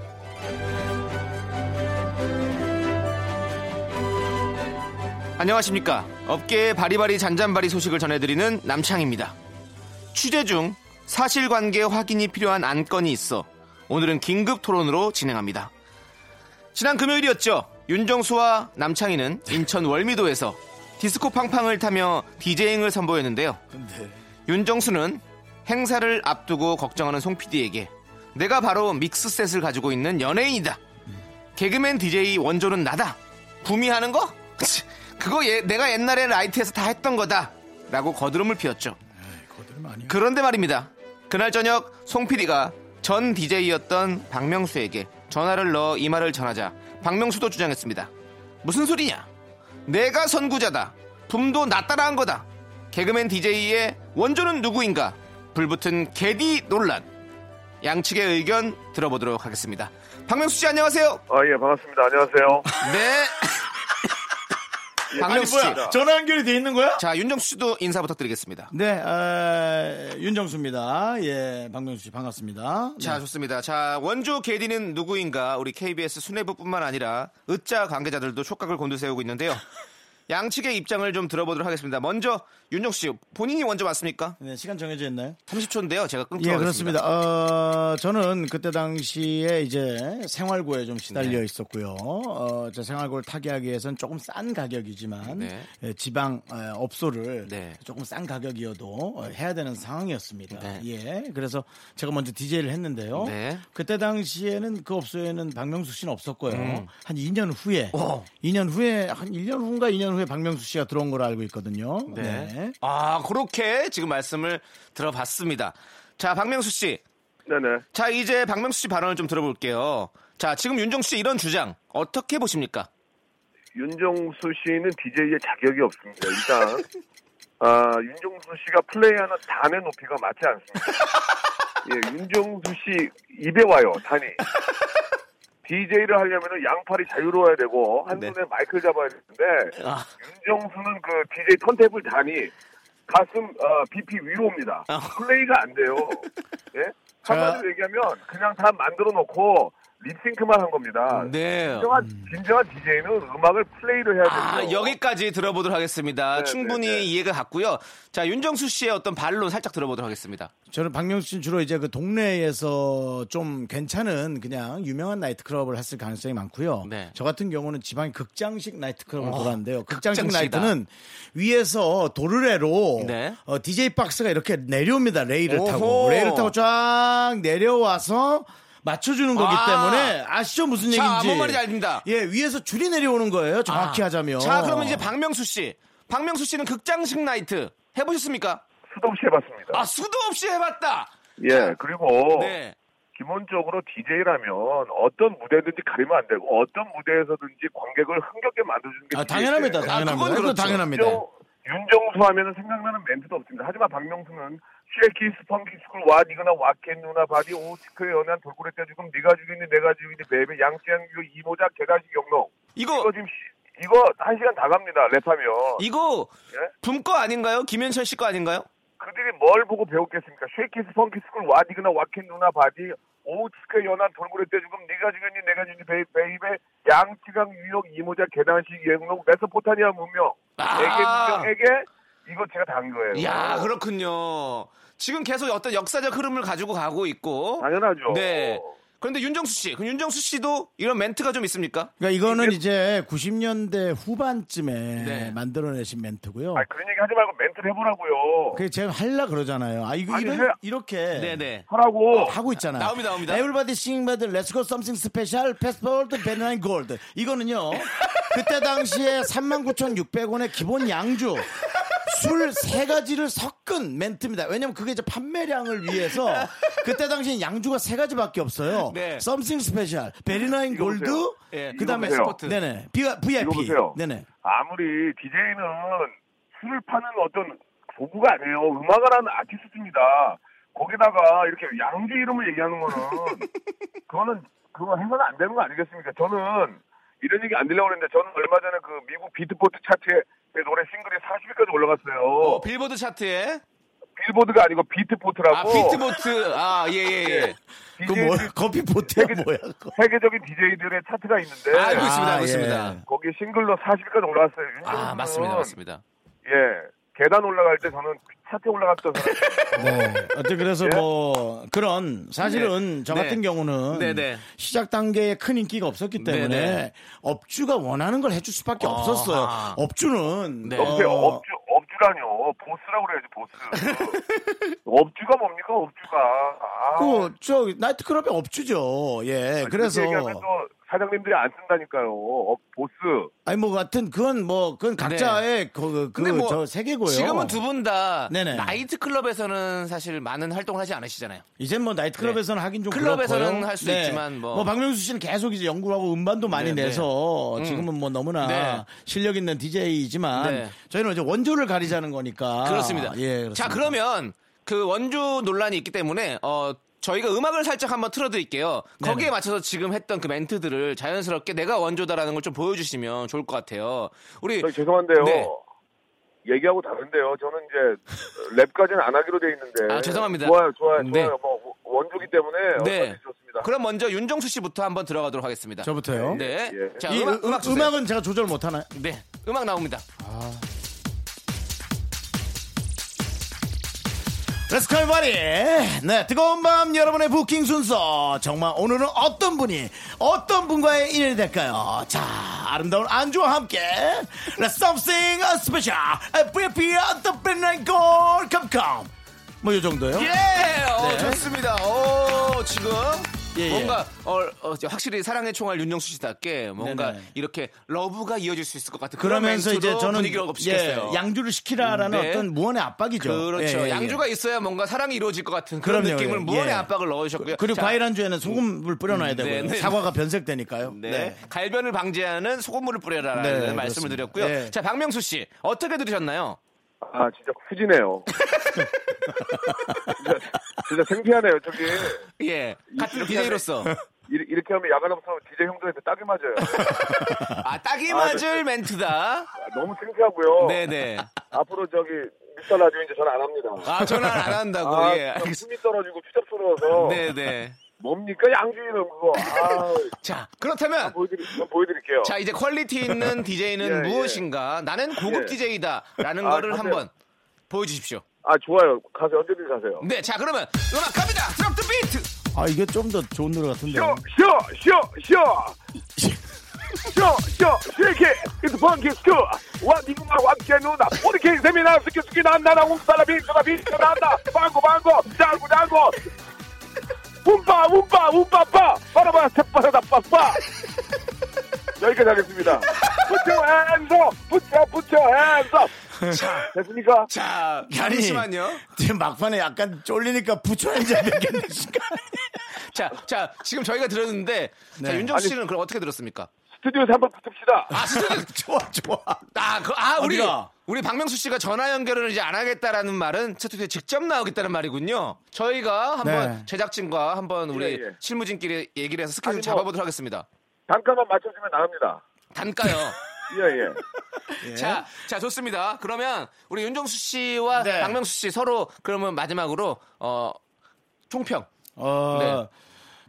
Speaker 2: 안녕하십니까. 업계의 바리바리 잔잔바리 소식을 전해드리는 남창입니다. 취재 중 사실관계 확인이 필요한 안건이 있어 오늘은 긴급 토론으로 진행합니다. 지난 금요일이었죠. 윤정수와 남창희는 인천 월미도에서 디스코 팡팡을 타며 디제잉을 선보였는데요. 윤정수는 행사를 앞두고 걱정하는 송 PD에게 내가 바로 믹스셋을 가지고 있는 연예인이다. 개그맨 DJ 원조는 나다. 구미하는 거? 치, 그거 예- 내가 옛날에 라이트에서 다 했던 거다. 라고 거드름을 피웠죠. 그런데 말입니다. 그날 저녁 송 PD가 전 DJ였던 박명수에게 전화를 넣어 이 말을 전하자 박명수도 주장했습니다. 무슨 소리냐? 내가 선구자다. 붐도 나 따라한 거다. 개그맨 DJ의 원조는 누구인가? 불붙은 개디 논란. 양측의 의견 들어보도록 하겠습니다. 박명수 씨 안녕하세요.
Speaker 1: 어.
Speaker 7: 아, 예, 반갑습니다. 안녕하세요.
Speaker 2: 네.
Speaker 1: 아니
Speaker 2: 박명수 씨.
Speaker 1: 뭐야 전화 연결이 돼 있는 거야?
Speaker 2: 자, 윤정수 씨도 인사 부탁드리겠습니다.
Speaker 1: 네 아, 윤정수입니다. 예 박명수 씨 반갑습니다. 네.
Speaker 2: 자, 좋습니다. 자, 원조 개디는 누구인가? 우리 KBS 수뇌부뿐만 아니라 으짜 관계자들도 촉각을 곤두세우고 있는데요. 양측의 입장을 좀 들어보도록 하겠습니다. 먼저 윤정수 씨 본인이 먼저 맞습니까?
Speaker 1: 네, 시간 정해져 있나요?
Speaker 2: 30초인데요. 제가 끊도록
Speaker 1: 예,
Speaker 2: 하겠습니다.
Speaker 1: 그렇습니다. 어, 저는 그때 당시에 이제 생활고에 좀 시달려 있었고요. 어, 저 생활고를 타개하기 위해선 조금 싼 가격이지만
Speaker 2: 네.
Speaker 1: 예, 지방 에, 업소를
Speaker 2: 네.
Speaker 1: 조금 싼 가격이어도 어, 해야 되는 상황이었습니다.
Speaker 2: 네.
Speaker 1: 예, 그래서 제가 먼저 DJ를 했는데요.
Speaker 2: 네.
Speaker 1: 그때 당시에는 그 업소에는 박명수 씨는 없었고요.
Speaker 2: 음.
Speaker 1: 한 2년 후에, 2년 후에 한 1년 후인가 2년 후에 박명수 씨가 들어온 걸로 알고 있거든요.
Speaker 2: 네. 아, 그렇게 지금 말씀을 들어봤습니다. 자, 박명수 씨.
Speaker 7: 네네.
Speaker 2: 자, 이제 박명수 씨 발언을 좀 들어볼게요. 자, 지금 윤정수 씨 이런 주장 어떻게 보십니까?
Speaker 7: 윤정수 씨는 DJ의 자격이 없습니다. 일단, 아, 윤정수 씨가 플레이하는 단의 높이가 맞지 않습니다. 예, 윤정수 씨 입에 와요, 단이. DJ를 하려면 양팔이 자유로워야 되고, 한
Speaker 2: 네.
Speaker 7: 손에 마이크를 잡아야 되는데,
Speaker 2: 아.
Speaker 7: 윤정수는 그 DJ 턴테이블 단이 가슴, 어, BP 위로 옵니다.
Speaker 2: 아.
Speaker 7: 플레이가 안 돼요. 예? 한마디로 얘기하면, 그냥 다 만들어 놓고, 립싱크만 한 겁니다.
Speaker 2: 네.
Speaker 7: 진정한
Speaker 1: 음.
Speaker 7: 진정한 DJ는 음악을 플레이를 해야
Speaker 2: 아,
Speaker 7: 돼요.
Speaker 2: 여기까지 들어보도록 하겠습니다.
Speaker 7: 어. 네,
Speaker 2: 충분히
Speaker 7: 네, 네.
Speaker 2: 이해가 갔고요. 자, 윤정수 씨의 어떤 반론 살짝 들어보도록 하겠습니다.
Speaker 1: 저는 박명수 씨는 주로 이제 그 동네에서 좀 괜찮은 그냥 유명한 나이트클럽을 했을 가능성이 많고요.
Speaker 2: 네.
Speaker 1: 저 같은 경우는 지방의 극장식 나이트클럽을
Speaker 2: 어,
Speaker 1: 돌았는데요. 극장식
Speaker 2: 극장식이다.
Speaker 1: 나이트는 위에서 도르래로
Speaker 2: 네.
Speaker 1: 어, DJ 박스가 이렇게 내려옵니다. 레일을
Speaker 2: 오호.
Speaker 1: 타고. 레일을 타고 쫙 내려와서 맞춰주는 거기
Speaker 2: 아.
Speaker 1: 때문에 아시죠 무슨
Speaker 2: 자,
Speaker 1: 얘기인지.
Speaker 2: 뭔 말인지 알겠습니다.
Speaker 1: 예, 위에서 줄이 내려오는 거예요. 정확히
Speaker 2: 아.
Speaker 1: 하자면.
Speaker 2: 자, 그러면 이제 박명수 씨. 박명수 씨는 극장식 나이트 해보셨습니까?
Speaker 7: 수도 없이 해봤습니다.
Speaker 2: 아, 수도 없이 해봤다.
Speaker 7: 예, 그리고
Speaker 2: 네.
Speaker 7: 기본적으로 DJ라면 어떤 무대든지 가리면 안 되고 어떤 무대에서든지 관객을 흥겹게 만들어주는 게
Speaker 1: 아,
Speaker 7: DJ인데
Speaker 1: 당연합니다. 당연합니다.
Speaker 2: 그건
Speaker 1: 그거
Speaker 2: 그렇죠.
Speaker 1: 당연합니다.
Speaker 7: 윤정- 윤정수 하면은 생각나는 멘트도 없습니다. 하지만 박명수는 쉐키 스펀키 스쿨 와 니거나 와켓 누나 바디 오스크의 연한 돌고래 때 지금 네가 죽이니 내가 죽이니 베베 양치한규 이모작 개다시 경로
Speaker 2: 이거,
Speaker 7: 이거 지금 시- 이거 한 시간 다 갑니다 랩하면
Speaker 2: 이거,
Speaker 7: 예?
Speaker 2: 붐거 아닌가요? 김현철 씨 거 아닌가요?
Speaker 7: 그들이 뭘 보고 배웠겠습니까? 쉐이키스 펑키스쿨 와디그나 와킨 누나 바디 오우츠크 연한 돌고래 때 죽음 네가 죽였니 내가 죽니 베이, 베이베 양치강 유역 이모자 계단식 예능록 메소포타니아 문명
Speaker 2: 아.
Speaker 7: 에게 문명에게 이거 제가 단 거예요.
Speaker 2: 이야, 그렇군요. 지금 계속 어떤 역사적 흐름을 가지고 가고 있고.
Speaker 7: 당연하죠.
Speaker 2: 네. 그런데 윤정수 씨, 그럼 윤정수 씨도 이런 멘트가 좀 있습니까?
Speaker 1: 그러니까 이거는 이제 90년대 후반쯤에
Speaker 2: 네.
Speaker 1: 만들어내신 멘트고요.
Speaker 7: 아 그런 얘기 하지 말고 멘트를 해보라고요.
Speaker 1: 그게 제가 할라 그러잖아요. 아 이거
Speaker 7: 아니,
Speaker 1: 이런
Speaker 7: 해-
Speaker 1: 이렇게
Speaker 2: 네네.
Speaker 7: 하라고.
Speaker 2: 어,
Speaker 1: 하고 있잖아요.
Speaker 2: 나옵니다, 나옵니다.
Speaker 1: Everybody sing by the Let's Go Something Special Passport Banana Gold. 이거는요. 그때 당시에 39,600원의 기본 양주 술 세 가지를 섞은 멘트입니다. 왜냐면 그게 이제 판매량을 위해서 그때 당시에 양주가 세 가지밖에 없어요.
Speaker 2: 네.
Speaker 1: Something Special, Banana
Speaker 7: 이거
Speaker 1: Gold,
Speaker 7: 보세요.
Speaker 2: 예,
Speaker 1: 그다음에
Speaker 7: 이거
Speaker 2: 보세요.
Speaker 1: 네네. 비가- VIP.
Speaker 7: 이거 보세요.
Speaker 1: 네네.
Speaker 7: 아무리 DJ는 술을 파는 어떤 도구가 아니에요. 음악을 하는 아티스트입니다. 거기다가 이렇게 양주 이름을 얘기하는 거는 그거는 그거 해서는 안 되는 거 아니겠습니까? 저는 이런 얘기 안 들려고 그랬는데 저는 얼마 전에 그 미국 비트포트 차트에 제 노래 싱글이 40위까지 올라갔어요.
Speaker 2: 어, 빌보드 차트에
Speaker 7: 빌보드가 아니고 뭐. 비트포트라고
Speaker 2: 아 비트보트 아 예 예 예,
Speaker 1: 그
Speaker 7: DJ
Speaker 1: 뭐야? 커피 포트야 뭐야? 그거.
Speaker 7: 세계적인 DJ들의 차트가 있는데
Speaker 2: 알고 있습니다 아,
Speaker 1: 아,
Speaker 2: 알고
Speaker 1: 예.
Speaker 2: 있습니다
Speaker 7: 거기 싱글로 40위까지 올라갔어요.
Speaker 2: 아 맞습니다 맞습니다
Speaker 7: 예. 계단 올라갈 때 저는 차트 올라갔던 사람.
Speaker 1: 네. 어쨌든 그래서
Speaker 7: 예?
Speaker 1: 뭐 그런 사실은 저
Speaker 2: 네.
Speaker 1: 같은 경우는
Speaker 2: 네, 네.
Speaker 1: 시작 단계에 큰 인기가 없었기 때문에
Speaker 2: 네, 네.
Speaker 1: 업주가 원하는 걸 해줄 수밖에 없었어요.
Speaker 2: 아하.
Speaker 1: 업주는 어,
Speaker 2: 네.
Speaker 7: 업주, 업주, 업주라뇨. 보스라고 그래야지, 보스. 업주가 뭡니까, 업주가. 아,
Speaker 1: 그저 나이트클럽의 업주죠. 예.
Speaker 7: 아니,
Speaker 1: 그래서
Speaker 7: 그렇게 얘기하면 또 사장님들이 안 쓴다니까요. 업, 보스.
Speaker 1: 아니 뭐 같은 그건 뭐 그건 각자의 그
Speaker 2: 근데
Speaker 1: 그
Speaker 2: 뭐
Speaker 1: 저 세계고요.
Speaker 2: 지금은 두 분 다
Speaker 1: 네네.
Speaker 2: 나이트 클럽에서는 사실 많은 활동을 하지 않으시잖아요.
Speaker 1: 이젠 뭐 나이트클럽에서는 하긴 좀
Speaker 2: 네. 클럽에서는
Speaker 1: 그렇고요. 네.
Speaker 2: 할수 있지만 뭐.
Speaker 1: 박명수 씨는 계속 이제 연구하고 음반도 많이
Speaker 2: 네, 네.
Speaker 1: 내서 지금은 뭐 너무나
Speaker 2: 네.
Speaker 1: 실력 있는 DJ이지만
Speaker 2: 네.
Speaker 1: 저희는 이제 원조를 가리자는 거니까
Speaker 2: 그렇습니다.
Speaker 1: 예, 그렇습니다.
Speaker 2: 자 그러면 그 원조 논란이 있기 때문에 어 저희가 음악을 살짝 한번 틀어드릴게요. 거기에 맞춰서 지금 했던 그 멘트들을 자연스럽게 내가 원조다라는 걸 좀 보여주시면 좋을 것 같아요. 우리
Speaker 7: 저기 죄송한데요.
Speaker 2: 네.
Speaker 7: 얘기하고 다른데요. 저는 이제 랩까지는 안 하기로 돼 있는데.
Speaker 2: 아, 죄송합니다.
Speaker 7: 좋아요, 좋아요,
Speaker 2: 네.
Speaker 7: 좋아요. 뭐 원조기 때문에
Speaker 2: 네.
Speaker 7: 얼마든지 좋습니다.
Speaker 2: 그럼 먼저 윤정수 씨부터 한번 들어가도록 하겠습니다.
Speaker 1: 저부터요.
Speaker 2: 네.
Speaker 7: 예.
Speaker 2: 자
Speaker 1: 이
Speaker 2: 음악 음악
Speaker 1: 음악,
Speaker 2: 주세요.
Speaker 1: 음악은 제가 조절 못 하나요?
Speaker 2: 네 음악 나옵니다.
Speaker 1: Let's go, everybody. 네, 뜨거운 밤 여러분의 부킹 순서. 정말 오늘은 어떤 분이 어떤 분과의 인연이 될까요? 자, 아름다운 안주와 함께 Let's something special. VIP the midnight gold come come. 뭐요 정도요?
Speaker 2: 예, 어,
Speaker 1: 네.
Speaker 2: 좋습니다. 어, 지금
Speaker 1: 예,
Speaker 2: 뭔가 어, 어, 저 확실히 사랑의 총알 윤정수 씨답게 뭔가
Speaker 1: 네네.
Speaker 2: 이렇게 러브가 이어질 수 있을 것 같은 그런
Speaker 1: 그러면서
Speaker 2: 멘트로
Speaker 1: 이제 저는
Speaker 2: 분위기를 업시켰어요.
Speaker 1: 예, 양주를 시키라라는
Speaker 2: 네.
Speaker 1: 어떤 무언의 압박이죠.
Speaker 2: 그렇죠.
Speaker 1: 예, 예, 예.
Speaker 2: 양주가 있어야 뭔가 사랑이 이루어질 것 같은 그런
Speaker 1: 그럼요,
Speaker 2: 느낌을
Speaker 1: 예,
Speaker 2: 무언의
Speaker 1: 예.
Speaker 2: 압박을 넣으셨고요.
Speaker 1: 그리고
Speaker 2: 자,
Speaker 1: 과일 안주에는 소금을 뿌려놔야 되고요.
Speaker 2: 네, 네.
Speaker 1: 사과가 변색되니까요.
Speaker 2: 네. 갈변을 방지하는 소금물을 뿌려라라는
Speaker 1: 네,
Speaker 2: 말씀을
Speaker 1: 그렇습니다.
Speaker 2: 드렸고요.
Speaker 1: 예.
Speaker 2: 자, 박명수 씨 어떻게 들으셨나요?
Speaker 7: 아 진짜 후지네요. 진짜, 진짜 생피하네요. 저기
Speaker 2: 예, 같은 DJ로서
Speaker 7: 이- 이렇게 하면 야간업소 DJ 형들한테 딱이 맞아요.
Speaker 2: 아
Speaker 1: 네.
Speaker 2: 딱이 맞을 멘트다.
Speaker 7: 아, 너무 생피하고요.
Speaker 2: 네네.
Speaker 7: 앞으로 저기 미스터 라디오 이제 전화 안 합니다.
Speaker 2: 아 전화 안 한다고.
Speaker 7: 아,
Speaker 2: 예.
Speaker 7: 진짜 숨이 떨어지고 추잡스러워서
Speaker 2: 네네.
Speaker 7: 뭡니까 양주인은 그거. 아,
Speaker 2: 자 그렇다면
Speaker 7: 보여드리, 좀 보여드릴게요.
Speaker 2: 자 이제 퀄리티 있는 DJ는
Speaker 7: 예, 예.
Speaker 2: 무엇인가? 나는 고급
Speaker 7: 예.
Speaker 2: DJ다라는
Speaker 7: 아,
Speaker 2: 거를
Speaker 7: 가세요.
Speaker 2: 한번 보여주십시오.
Speaker 7: 아 좋아요. 가세요. 언제든 가세요.
Speaker 2: 네, 자 그러면 음악 갑니다. 드랍 더 비트.
Speaker 1: 아 이게 좀 더 좋은 노래 같은데.
Speaker 7: 쇼, 쇼, 쇼, 쇼. 쇼, 쇼, 쉐이키, 이트 펑키 스크. 와, 니구마, 와, 제 누나. 우리 케이 세미나, 스키, 스키, 난다, 나, 움파라, 빈수라, 빈수라, 난다. 방고, 방고, 짱구, 짱구. 움파, 움파, 움파파. 바라봐, 새빠라다, 빠빠. 여기까지 하겠습니다. Put your hands up, put your, put your hands up. 됐습니까?
Speaker 2: 자
Speaker 1: 아니.
Speaker 2: 잠시만요.
Speaker 1: 지금 막판에 약간 쫄리니까 부처님 잡겠는 시간.
Speaker 2: 자, 자 지금 저희가 들었는데 자,
Speaker 1: 네.
Speaker 2: 윤정 씨는 그럼 어떻게 들었습니까?
Speaker 7: 스튜디오에서 한번 붙읍시다.
Speaker 2: 아, 스튜디오-
Speaker 1: 좋아 좋아.
Speaker 2: 아, 그, 아 우리
Speaker 1: 어디가?
Speaker 2: 우리 박명수 씨가 전화 연결을 이제 안 하겠다라는 말은 스튜디오에 직접 나오겠다는 말이군요. 저희가 한번
Speaker 1: 네.
Speaker 2: 제작진과 한번 우리
Speaker 7: 예, 예.
Speaker 2: 실무진끼리 얘기를 해서 스케줄
Speaker 7: 아니, 뭐-
Speaker 2: 잡아보도록 하겠습니다.
Speaker 7: 잠깐만 맞춰주면 나갑니다.
Speaker 2: 단가요.
Speaker 7: 예, 예.
Speaker 2: 자, 자 좋습니다. 그러면 우리 윤정수 씨와
Speaker 1: 네.
Speaker 2: 박명수 씨 서로 그러면 마지막으로 어 총평.
Speaker 1: 어,
Speaker 2: 네.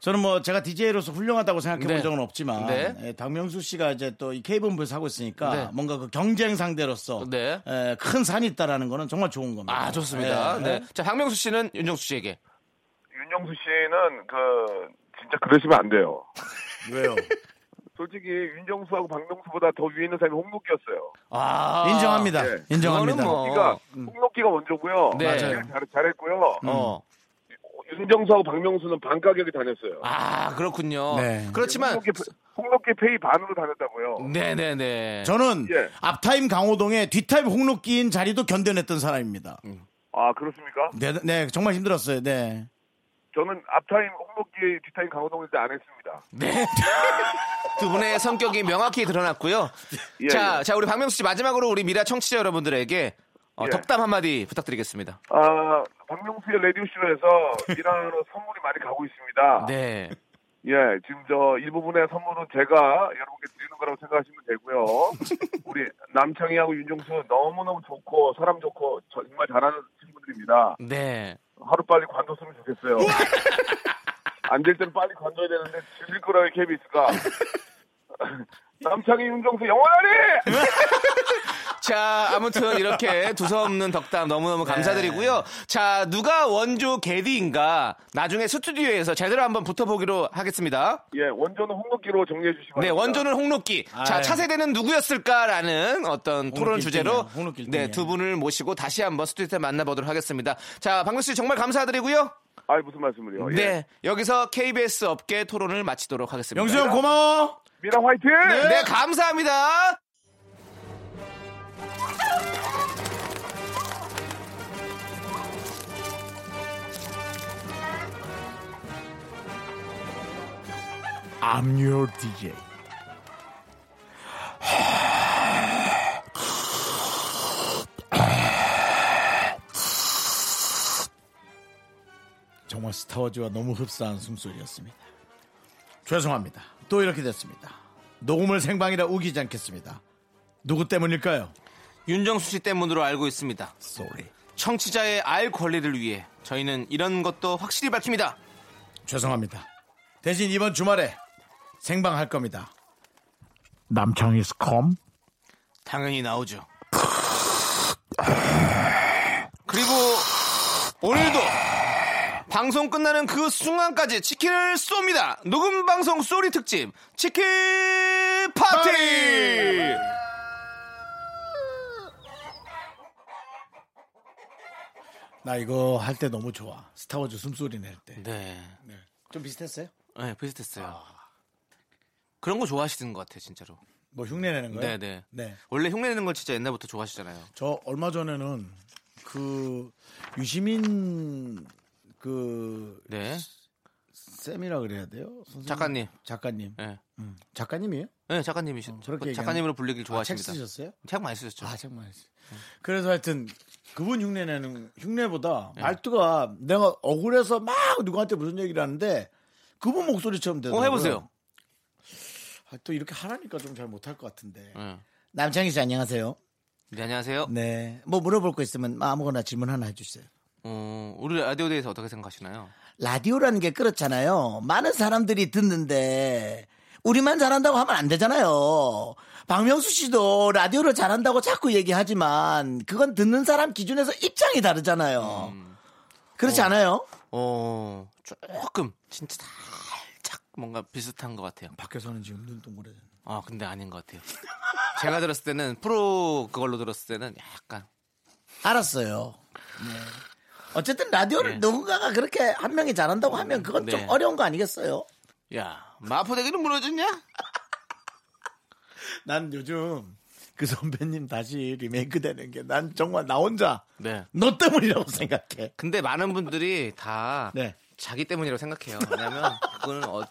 Speaker 1: 저는 뭐 제가 DJ로서 훌륭하다고 생각해 본
Speaker 2: 네.
Speaker 1: 적은 없지만
Speaker 2: 네.
Speaker 1: 예, 박명수 씨가 이제 또 이 K본부에서 하고 있으니까
Speaker 2: 네.
Speaker 1: 뭔가 그 경쟁 상대로서
Speaker 2: 네.
Speaker 1: 예, 큰 산이 있다라는 거는 정말 좋은 겁니다.
Speaker 2: 아 좋습니다.
Speaker 1: 예,
Speaker 2: 네.
Speaker 1: 예.
Speaker 2: 자 박명수 씨는 윤정수 씨에게
Speaker 7: 윤영수 씨는 그 진짜 그러시면 안 돼요.
Speaker 1: 왜요?
Speaker 7: 솔직히 윤정수하고 박명수보다 더 위에 있는 사람이 홍록기였어요.
Speaker 2: 아
Speaker 1: 인정합니다.
Speaker 7: 예.
Speaker 1: 인정합니다.
Speaker 2: 그거는 뭐-
Speaker 7: 그러니까 홍록기가 먼저고요.
Speaker 2: 네.
Speaker 7: 맞아요. 잘, 잘했고요.
Speaker 1: 음.
Speaker 2: 어.
Speaker 7: 윤정수하고 박명수는 반 가격에 다녔어요.
Speaker 2: 아 그렇군요.
Speaker 1: 네.
Speaker 2: 그렇지만 음.
Speaker 7: 홍록기, 홍록기 페이 반으로 다녔다고요.
Speaker 2: 네네네.
Speaker 1: 저는
Speaker 7: 예.
Speaker 1: 앞타임 강호동의 뒷타임 홍록기인 자리도 견뎌냈던 사람입니다.
Speaker 7: 아 그렇습니까?
Speaker 1: 네, 네, 정말 힘들었어요. 네.
Speaker 7: 저는 앞타임 홍록기, 뒷타임 강호동일 때 안 했습니다.
Speaker 2: 네. 두 분의 성격이 명확히 드러났고요.
Speaker 7: 예,
Speaker 2: 자,
Speaker 7: 예.
Speaker 2: 자 우리 박명수 씨 마지막으로 우리 미라 청취자 여러분들에게 어,
Speaker 7: 예.
Speaker 2: 덕담 한마디 부탁드리겠습니다.
Speaker 7: 아 박명수의 라디오쇼에서 미라로 선물이 많이 가고 있습니다.
Speaker 2: 네.
Speaker 7: 예, 지금 저 일부분의 선물은 제가 여러분께 드리는 거라고 생각하시면 되고요. 우리 남창희하고 윤종수 너무너무 좋고 사람 좋고 정말 잘하는 친구들입니다.
Speaker 2: 네.
Speaker 7: 하루빨리 관뒀으면 좋겠어요. 안 될 때는 빨리 관둬야 되는데 질릴 거라는 캡이
Speaker 2: 네.
Speaker 7: 있을까? 남창희, 윤종수 영원하리!
Speaker 2: 자, 아무튼 이렇게 두서없는 덕담 너무너무 감사드리고요. 자, 누가 원조 개디인가 나중에 스튜디오에서 제대로 한번 붙어보기로 하겠습니다.
Speaker 7: 예, 원조는 홍록기로 정리해 주시고.
Speaker 2: 네, 원조는 홍록기. 자,
Speaker 1: 아유.
Speaker 2: 차세대는 누구였을까라는 어떤 토론
Speaker 1: 홍록기
Speaker 2: 주제로
Speaker 1: 일등이야, 홍록기
Speaker 2: 네,
Speaker 1: 일등이야.
Speaker 2: 두 분을 모시고 다시 한번 스튜디오에서 만나보도록 하겠습니다. 자, 박명 수 씨, 정말 감사드리고요.
Speaker 7: 아, 무슨 말씀을요? 예.
Speaker 2: 네, 여기서 KBS 업계 토론을 마치도록 하겠습니다.
Speaker 1: 영수 형 고마워.
Speaker 7: 미랑 화이팅!
Speaker 2: 네, 감사합니다.
Speaker 1: I'm your DJ. 정말 스타워즈와 너무 흡사한 숨소리였습니다. 죄송합니다. 또 이렇게 됐습니다. 녹음을 생방이라 우기지 않겠습니다. 누구 때문일까요?
Speaker 2: 윤정수 씨 때문으로 알고 있습니다.
Speaker 1: Sorry.
Speaker 2: 청취자의 알 권리를 위해 저희는 이런 것도 확실히 밝힙니다.
Speaker 1: 죄송합니다. 대신 이번 주말에 생방 할 겁니다. 남창희 스컴?
Speaker 2: 당연히 나오죠. 그리고 오늘도 방송 끝나는 그 순간까지 치킨을 쏩니다. 녹음 방송 소리 특집 치킨 파티.
Speaker 1: 나 이거 할 때 너무 좋아. 스타워즈 숨소리 낼 때.
Speaker 2: 네,
Speaker 1: 음. 좀 비슷했어요?
Speaker 2: 네 비슷했어요. 그런 거 좋아하시는 것 같아요, 진짜로.
Speaker 1: 뭐 흉내 내는 거예요?
Speaker 2: 네, 네. 원래 흉내내는 걸 진짜 옛날부터 좋아하시잖아요.
Speaker 1: 저 얼마 전에는 그 유시민 그
Speaker 2: 네,
Speaker 1: 쌤이라 그래야 돼요? 선생님?
Speaker 2: 작가님.
Speaker 1: 작가님.
Speaker 2: 네,
Speaker 1: 음. 작가님이에요?
Speaker 2: 네 작가님이시.
Speaker 1: 어, 저렇게
Speaker 2: 작가님으로 불리길
Speaker 1: 아, 책
Speaker 2: 좋아하십니다. 음.
Speaker 1: 쓰셨어요?
Speaker 2: 책 많이 쓰셨죠.
Speaker 1: 아, 정말. 그래서 하여튼 그분 흉내내는 흉내보다
Speaker 2: 네.
Speaker 1: 말투가 내가 억울해서 막 누구한테 무슨 얘기를 하는데 그분 목소리처럼 되더라고요.
Speaker 2: 어, 해보세요.
Speaker 1: 아, 또 이렇게 하라니까 좀 잘 못할 것 같은데.
Speaker 2: 네.
Speaker 1: 남창희 씨 안녕하세요.
Speaker 2: 네, 안녕하세요.
Speaker 1: 네. 뭐 물어볼 거 있으면 아무거나 질문 하나 해주세요.
Speaker 2: 어, 우리 라디오에 대해서 어떻게 생각하시나요?
Speaker 1: 라디오라는 게 그렇잖아요. 많은 사람들이 듣는데 우리만 잘한다고 하면 안 되잖아요. 박명수 씨도 라디오를 잘한다고 자꾸 얘기하지만 그건 듣는 사람 기준에서 입장이 다르잖아요. 그렇지 않아요?
Speaker 2: 어, 조금 진짜 살짝 뭔가 비슷한 것 같아요.
Speaker 1: 밖에서는 지금 눈 동그래졌네.
Speaker 2: 아, 근데 아닌 것 같아요. 제가 들었을 때는 프로 그걸로 들었을 때는 약간
Speaker 1: 알았어요. 네. 어쨌든 라디오를
Speaker 2: 네.
Speaker 1: 누군가가 그렇게 한 명이 잘한다고 하면 그건
Speaker 2: 네.
Speaker 1: 좀 어려운 거 아니겠어요?
Speaker 2: 야 마포대교는 무너졌냐?
Speaker 1: 난 요즘 그 선배님 다시 리메이크 되는 게 난 정말 나 혼자
Speaker 2: 네.
Speaker 1: 너 때문이라고 생각해.
Speaker 2: 근데 많은 분들이 다
Speaker 1: 네.
Speaker 2: 자기 때문이라고 생각해요. 왜냐면 그거는 어,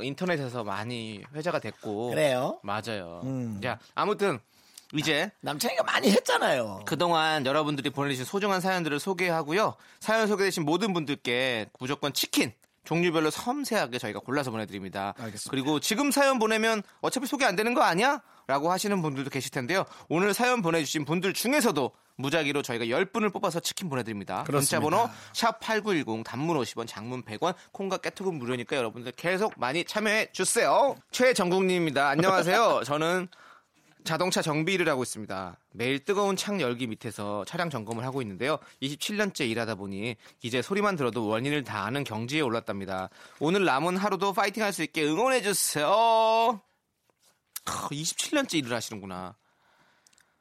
Speaker 2: 인터넷에서 많이 회자가 됐고
Speaker 1: 그래요?
Speaker 2: 맞아요.
Speaker 1: 음.
Speaker 2: 자 아무튼 이제
Speaker 1: 남창이가 많이 했잖아요.
Speaker 2: 그동안 여러분들이 보내주신 소중한 사연들을 소개하고요. 사연 소개되신 모든 분들께 무조건 치킨 종류별로 섬세하게 저희가 골라서 보내드립니다.
Speaker 1: 알겠습니다.
Speaker 2: 그리고 지금 사연 보내면 어차피 소개 안 되는 거 아니야? 라고 하시는 분들도 계실 텐데요. 오늘 사연 보내주신 분들 중에서도 무작위로 저희가 10분을 뽑아서 치킨 보내드립니다.
Speaker 1: 그렇습니다.
Speaker 2: 문자번호 샵8910 단문 50원 장문 100원 콩과 깨톡은 무료니까 여러분들 계속 많이 참여해 주세요. 최정국님입니다. 안녕하세요. 저는 자동차 정비 일을 하고 있습니다. 매일 뜨거운 창 열기 밑에서 차량 점검을 하고 있는데요. 27년째 일하다 보니 이제 소리만 들어도 원인을 다 아는 경지에 올랐답니다. 오늘 남은 하루도 파이팅 할 수 있게 응원해 주세요. 27년째 일을 하시는구나.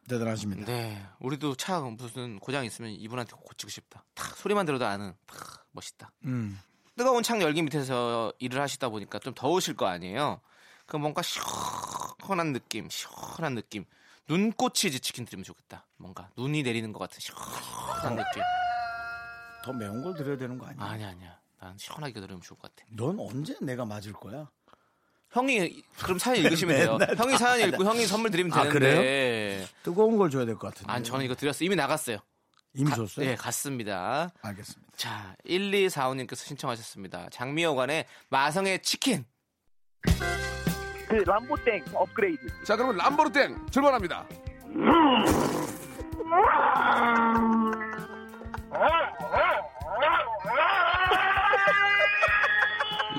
Speaker 1: 대단하십니다.
Speaker 2: 네. 우리도 차 무슨 고장 있으면 이분한테 고치고 싶다. 탁 소리만 들어도 아는 탁 멋있다.
Speaker 1: 음.
Speaker 2: 뜨거운 창 열기 밑에서 일을 하시다 보니까 좀 더우실 거 아니에요. 그 뭔가 시원한 느낌, 시원한 느낌. 눈꽃이 이제 치킨 드리면 좋겠다. 뭔가 눈이 내리는 것 같은 시원한 느낌.
Speaker 1: 더 매운 걸 드려야 되는 거 아니야?
Speaker 2: 아니야, 아니야. 난 시원하게 들으면 좋을 것 같아.
Speaker 1: 넌 언제 내가 맞을 거야?
Speaker 2: 형이 그럼 사연 읽으시면 돼요. 형이 사연 읽고 형이 선물 드리면
Speaker 1: 아,
Speaker 2: 되는데.
Speaker 1: 뜨거운 걸 줘야 될 것 같은데.
Speaker 2: 아니 저는 이거 드렸어요. 이미 나갔어요.
Speaker 1: 이미
Speaker 2: 가-
Speaker 1: 줬어요?
Speaker 2: 네, 갔습니다.
Speaker 1: 알겠습니다.
Speaker 2: 자, 1245님께서 신청하셨습니다. 장미여관의 마성의 치킨.
Speaker 7: 자, 그러면 람보르땡 출발합니다.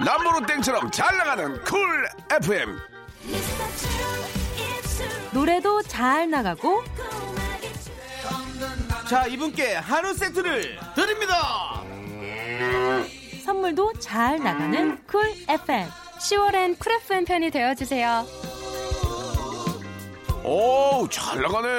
Speaker 7: 람보르땡처럼 잘 나가는 쿨 FM.
Speaker 4: 노래도 잘 나가고
Speaker 3: 아.
Speaker 2: 자, 이분께 한우 세트를 드립니다.
Speaker 8: 선물도 잘 나가는 쿨 FM. 10월엔 쿨 FM 편이 되어주세요.
Speaker 9: 오, 잘 나가네.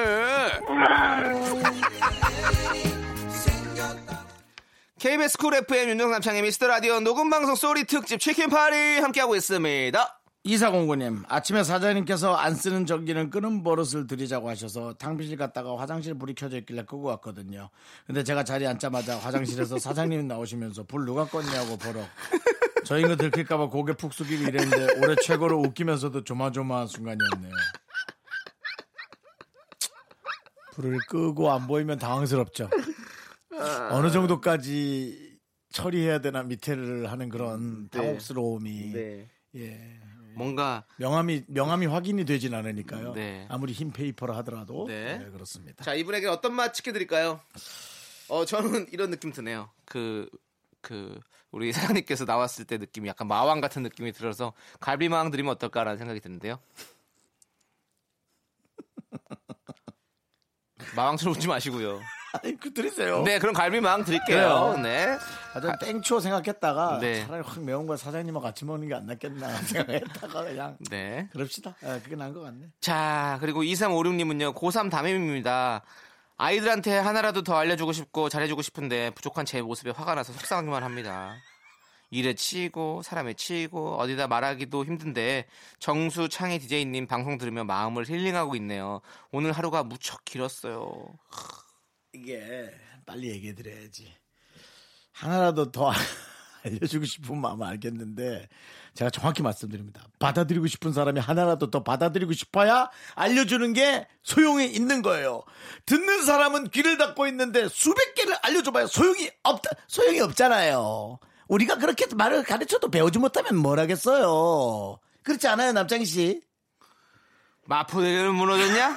Speaker 2: KBS 쿨 FM 윤정삼창의 미스터 라디오 녹음 방송 소리 특집 치킨 파리 함께하고 있습니다.
Speaker 1: 이사공구님 아침에 사장님께서 안 쓰는 전기는 끄는 버릇을 드리자고 하셔서 탕비실 갔다가 화장실 불이 켜져 있길래 끄고 왔거든요. 근데 제가 자리에 앉자마자 화장실에서 사장님 나오시면서 불 누가 껐냐고 버럭. 저희는 들킬까봐 고개 푹 숙이고 이랬는데 올해 최고로 웃기면서도 조마조마한 순간이었네요. 불을 끄고 안 보이면 당황스럽죠. 어느 정도까지 처리해야 되나 밑에를 하는 그런 당혹스러움이
Speaker 2: 네.
Speaker 1: 예.
Speaker 2: 뭔가
Speaker 1: 명함이 명함이 확인이 되진 않으니까요.
Speaker 2: 네.
Speaker 1: 아무리 흰 페이퍼라 하더라도
Speaker 2: 네.
Speaker 1: 네, 그렇습니다.
Speaker 2: 자 이분에게 어떤 맛 치킨 드릴까요? 어 저는 이런 느낌 드네요. 그 그 우리 사장님께서 나왔을 때 느낌이 약간 마왕 같은 느낌이 들어서 갈비마왕 드리면 어떨까라는 생각이 드는데요. 마왕처럼 웃지 마시고요.
Speaker 1: 아니, 그 드리세요.
Speaker 2: 네, 그럼 갈비마왕 드릴게요.
Speaker 1: 그래요.
Speaker 2: 네.
Speaker 1: 아, 전 땡초 생각했다가
Speaker 2: 네.
Speaker 1: 차라리 확 매운 걸 사장님하고 같이 먹는 게 안 낫겠나 생각했다가 그냥
Speaker 2: 네.
Speaker 1: 그럽시다. 아, 그게 나은 것 같네.
Speaker 2: 자, 그리고 2356님은요, 고3 담임입니다. 아이들한테 하나라도 더 알려주고 싶고 잘해주고 싶은데 부족한 제 모습에 화가 나서 속상하기만 합니다. 일에 치이고, 사람에 치이고, 어디다 말하기도 힘든데, 정수 창희 DJ님 방송 들으며 마음을 힐링하고 있네요. 오늘 하루가 무척 길었어요.
Speaker 1: 이게 빨리 얘기해 드려야지. 하나라도 더 알려주고 싶은 마음 알겠는데 제가 정확히 말씀드립니다. 받아들이고 싶은 사람이 하나라도 더 받아들이고 싶어야 알려주는 게 소용이 있는 거예요. 듣는 사람은 귀를 닫고 있는데 수백 개를 알려줘봐야 소용이 없다 소용이 없잖아요. 우리가 그렇게 말을 가르쳐도 배우지 못하면 뭘 하겠어요. 그렇지 않아요, 남창희 씨?
Speaker 2: 마포대교는 무너졌냐?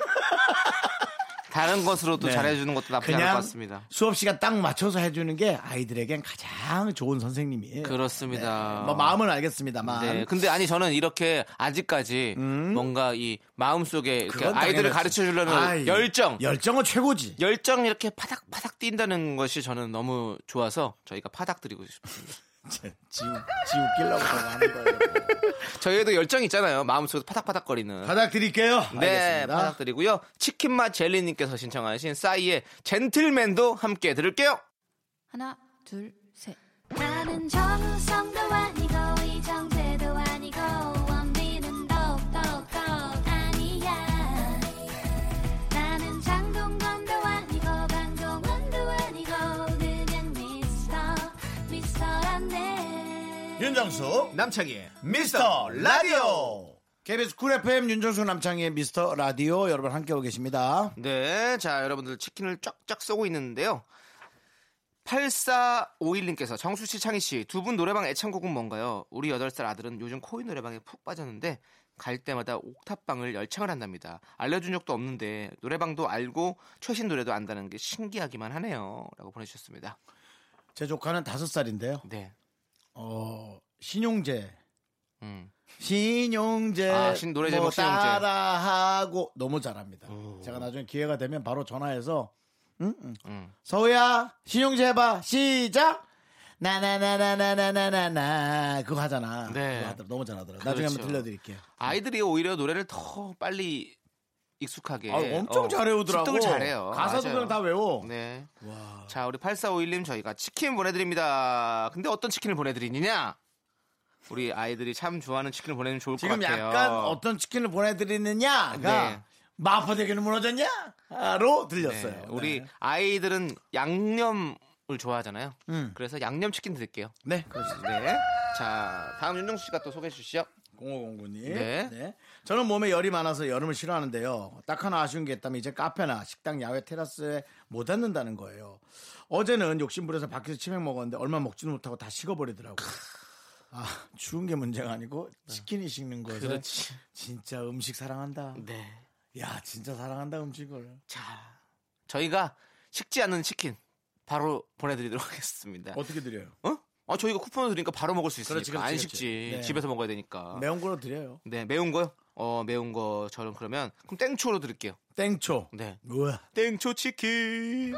Speaker 2: 다른 것으로도
Speaker 1: 네.
Speaker 2: 잘해주는 것도 나쁘지 않을 것 같습니다.
Speaker 1: 수업 시간 딱 맞춰서 해주는 게 아이들에겐 가장 좋은 선생님이에요.
Speaker 2: 그렇죠. 그렇습니다.
Speaker 1: 뭐 마음은 알겠습니다만.
Speaker 2: 네. 근데 아니 저는 이렇게 아직까지 뭔가 이 마음 속에
Speaker 1: 음? 그건
Speaker 2: 아이들을
Speaker 1: 당연하지.
Speaker 2: 가르쳐 주려는
Speaker 1: 아이,
Speaker 2: 열정,
Speaker 1: 열정은 최고지.
Speaker 2: 열정 이렇게 파닥파닥 뛴다는 것이 저는 너무 좋아서 저희가 파닥 드리고 싶습니다.
Speaker 1: 지우 지우끼려고 저거 하는 거예요.
Speaker 2: 저희도 열정 있잖아요. 마음 속에서 파닥파닥거리는.
Speaker 1: 바닥 드릴게요.
Speaker 2: 네,
Speaker 1: 알겠습니다.
Speaker 2: 파닥 드리고요. 치킨맛 젤리님께서 신청하신 싸이의 젠틀맨도 함께 들을게요.
Speaker 8: 하나, 둘, 셋.
Speaker 4: 나는 정우성도 아니고 이정재도 아니고 원빈은 더욱더 아니야 나는 장동건도 아니고 강동원도 아니고 그냥 미스터 미스터란데
Speaker 1: 윤정수
Speaker 2: 남창희의
Speaker 1: 미스터 라디오. KBS 쿨 FM 윤정수 남창희의 미스터 라디오 여러분 함께하고 계십니다.
Speaker 2: 네, 자, 여러분들 치킨을 쫙쫙 쏘고 있는데요. 8451님께서 정수 씨, 창희 씨, 두 분 노래방 애창곡은 뭔가요? 우리 8살 아들은 요즘 코인 노래방에 푹 빠졌는데 갈 때마다 옥탑방을 열창을 한답니다. 알려준 적도 없는데 노래방도 알고 최신 노래도 안다는 게 신기하기만 하네요. 라고 보내주셨습니다.
Speaker 1: 제 조카는 다섯 살인데요.
Speaker 2: 네.
Speaker 1: 어 신용재
Speaker 2: 음.
Speaker 1: 신용재
Speaker 2: 아, 신- 노래 제목
Speaker 1: 뭐
Speaker 2: 신용재. 어.
Speaker 1: 따라하고 너무 잘합니다. 제가 나중에 기회가 되면 바로 전화해서 응? 응.
Speaker 2: 음.
Speaker 1: 서우야 신용재 해봐 시작 나나나나나나나나 그거 하잖아.
Speaker 2: 네.
Speaker 1: 그거 하더라. 너무 잘하더라. 나중에
Speaker 2: 그렇죠.
Speaker 1: 한번 들려드릴게요.
Speaker 2: 아이들이 오히려 노래를 더 빨리 익숙하게.
Speaker 1: 아, 엄청
Speaker 2: 어,
Speaker 1: 잘 외우더라고.
Speaker 2: 습득을 잘해요.
Speaker 1: 가사도
Speaker 2: 맞아요.
Speaker 1: 그냥 다 외워.
Speaker 2: 네.
Speaker 1: 어. 와.
Speaker 2: 자, 우리 8451님 저희가 치킨 보내드립니다. 근데 어떤 치킨을 보내드리느냐? 우리 아이들이 참 좋아하는 치킨을 보내면 좋을 것
Speaker 1: 지금
Speaker 2: 같아요.
Speaker 1: 약간 어떤 치킨을 보내드리느냐가
Speaker 2: 네.
Speaker 1: 마포대교는 무너졌냐로 들렸어요.
Speaker 2: 네, 우리
Speaker 1: 네,
Speaker 2: 아이들은 양념을 좋아하잖아요.
Speaker 1: 음.
Speaker 2: 그래서 양념 치킨 드릴게요.
Speaker 1: 네 그렇습니다.
Speaker 2: 네. 자, 다음 윤정수 씨가 또 소개해 주시죠.
Speaker 1: 0509님.
Speaker 2: 네.
Speaker 1: 네. 저는 몸에 열이 많아서 여름을 싫어하는데요. 딱 하나 아쉬운 게 있다면 이제 카페나 식당 야외 테라스에 못 앉는다는 거예요. 어제는 욕심부려서 밖에서 치맥 먹었는데 얼마 먹지도 못하고 다 식어버리더라고요. 아, 추운 게 문제가 아니고 치킨이 식는 거예요.
Speaker 2: 그렇지.
Speaker 1: 진짜 음식 사랑한다.
Speaker 2: 네.
Speaker 1: 야, 진짜 사랑한다 음식을.
Speaker 2: 자, 저희가 식지 않은 치킨 바로 보내드리도록 하겠습니다.
Speaker 1: 어떻게 드려요?
Speaker 2: 어? 아, 저희가 쿠폰을 드리니까 바로 먹을 수 있으니까
Speaker 1: 그렇지, 그렇지,
Speaker 2: 안
Speaker 1: 그렇지.
Speaker 2: 식지.
Speaker 1: 네.
Speaker 2: 집에서 먹어야 되니까.
Speaker 1: 매운 걸로 드려요.
Speaker 2: 네, 매운 거요? 어, 매운 거처럼 그러면 그럼 땡초로 드릴게요.
Speaker 1: 땡초.
Speaker 2: 네.
Speaker 1: 우와.
Speaker 2: 땡초 치킨.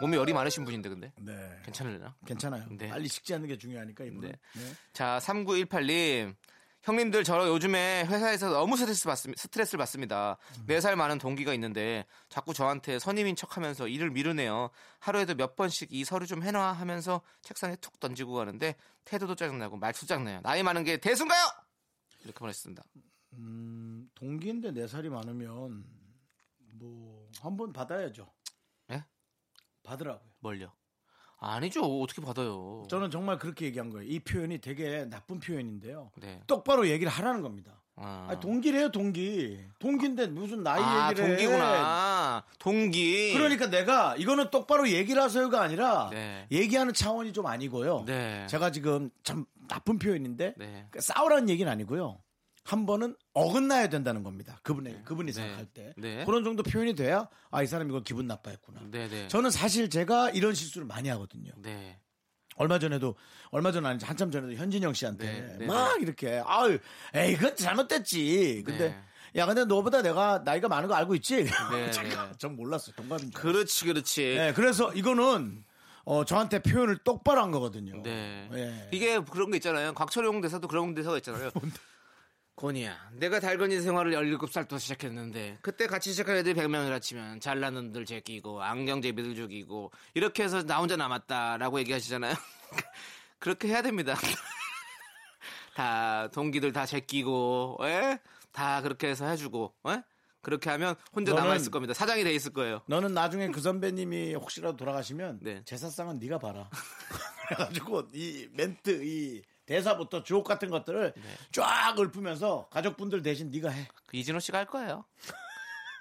Speaker 2: 몸에 열이 많으신 분인데 근데
Speaker 1: 네.
Speaker 2: 괜찮으려나?
Speaker 1: 괜찮아요.
Speaker 2: 네.
Speaker 1: 빨리 식지 않는 게 중요하니까 이분은.
Speaker 2: 네.
Speaker 1: 네.
Speaker 2: 자, 3918님. 형님들 저 요즘에 회사에서 너무 스트레스 받습, 스트레스를 받습니다. 4살 많은 동기가 있는데 자꾸 저한테 선임인 척하면서 일을 미루네요. 하루에도 몇 번씩 이 서류 좀 해놔 하면서 책상에 툭 던지고 가는데 태도도 짜증나고 말투 짜증나요. 나이 많은 게 대수인가요? 이렇게 보냈습니다.
Speaker 1: 음, 동기인데 네 살이 많으면 뭐 한 번 받아야죠.
Speaker 2: 예?
Speaker 1: 받으라고요.
Speaker 2: 뭘요? 아니죠. 어떻게 받아요?
Speaker 1: 저는 정말 그렇게 얘기한 거예요. 이 표현이 되게 나쁜 표현인데요.
Speaker 2: 네.
Speaker 1: 똑바로 얘기를 하라는 겁니다.
Speaker 2: 아.
Speaker 1: 아니, 동기래요, 동기. 동기인데 무슨 나이
Speaker 2: 아,
Speaker 1: 얘기를 해.
Speaker 2: 동기구나. 동기.
Speaker 1: 그러니까 내가 이거는 똑바로 얘기를 하세요가 아니라
Speaker 2: 네.
Speaker 1: 얘기하는 차원이 좀 아니고요.
Speaker 2: 네.
Speaker 1: 제가 지금 참 나쁜 표현인데
Speaker 2: 네.
Speaker 1: 그러니까 싸우라는 얘기는 아니고요. 한 번은 어긋나야 된다는 겁니다. 그분의 그분이
Speaker 2: 네.
Speaker 1: 생각할 때
Speaker 2: 네.
Speaker 1: 그런 정도 표현이 돼야 아 이 사람 이거 기분 나빠했구나.
Speaker 2: 네, 네.
Speaker 1: 저는 사실 제가 이런 실수를 많이 하거든요.
Speaker 2: 네.
Speaker 1: 얼마 전에도 얼마 전 아니지 한참 전에도 현진영 씨한테
Speaker 2: 네, 네,
Speaker 1: 막 이렇게 아유 에이 그건 잘못됐지. 근데
Speaker 2: 네.
Speaker 1: 야 근데 너보다 내가 나이가 많은 거 알고 있지?
Speaker 2: 네,
Speaker 1: 제가
Speaker 2: 네.
Speaker 1: 전 몰랐어요. 동갑인 줄.
Speaker 2: 그렇지, 그렇지.
Speaker 1: 네, 그래서 이거는 어, 저한테 표현을 똑바로 한 거거든요.
Speaker 2: 네.
Speaker 1: 예.
Speaker 2: 이게 그런 게 있잖아요. 곽철용 대사도 그런 대사가 있잖아요. 권이야, 내가 달건이 생활을 17살부터 시작했는데 그때 같이 시작한 애들이 100명이라 치면 잘난 놈들 제끼고 안경제비들 죽이고 이렇게 해서 나 혼자 남았다라고 얘기하시잖아요. 그렇게 해야 됩니다. 다 동기들 다 제끼고 예? 다 그렇게 해서 해주고 예? 그렇게 하면 혼자
Speaker 1: 너는-
Speaker 2: 남아있을 겁니다. 사장이 돼 있을 거예요.
Speaker 1: 너는 나중에 그 선배님이 혹시라도 돌아가시면
Speaker 2: 네.
Speaker 1: 제사상은 네가 봐라. 그래가지고 이 멘트, 이 대사부터 주옥 같은 것들을
Speaker 2: 네.
Speaker 1: 쫙 읊으면서 가족분들 대신 네가 해.
Speaker 2: 그 이진호 씨가 할 거예요.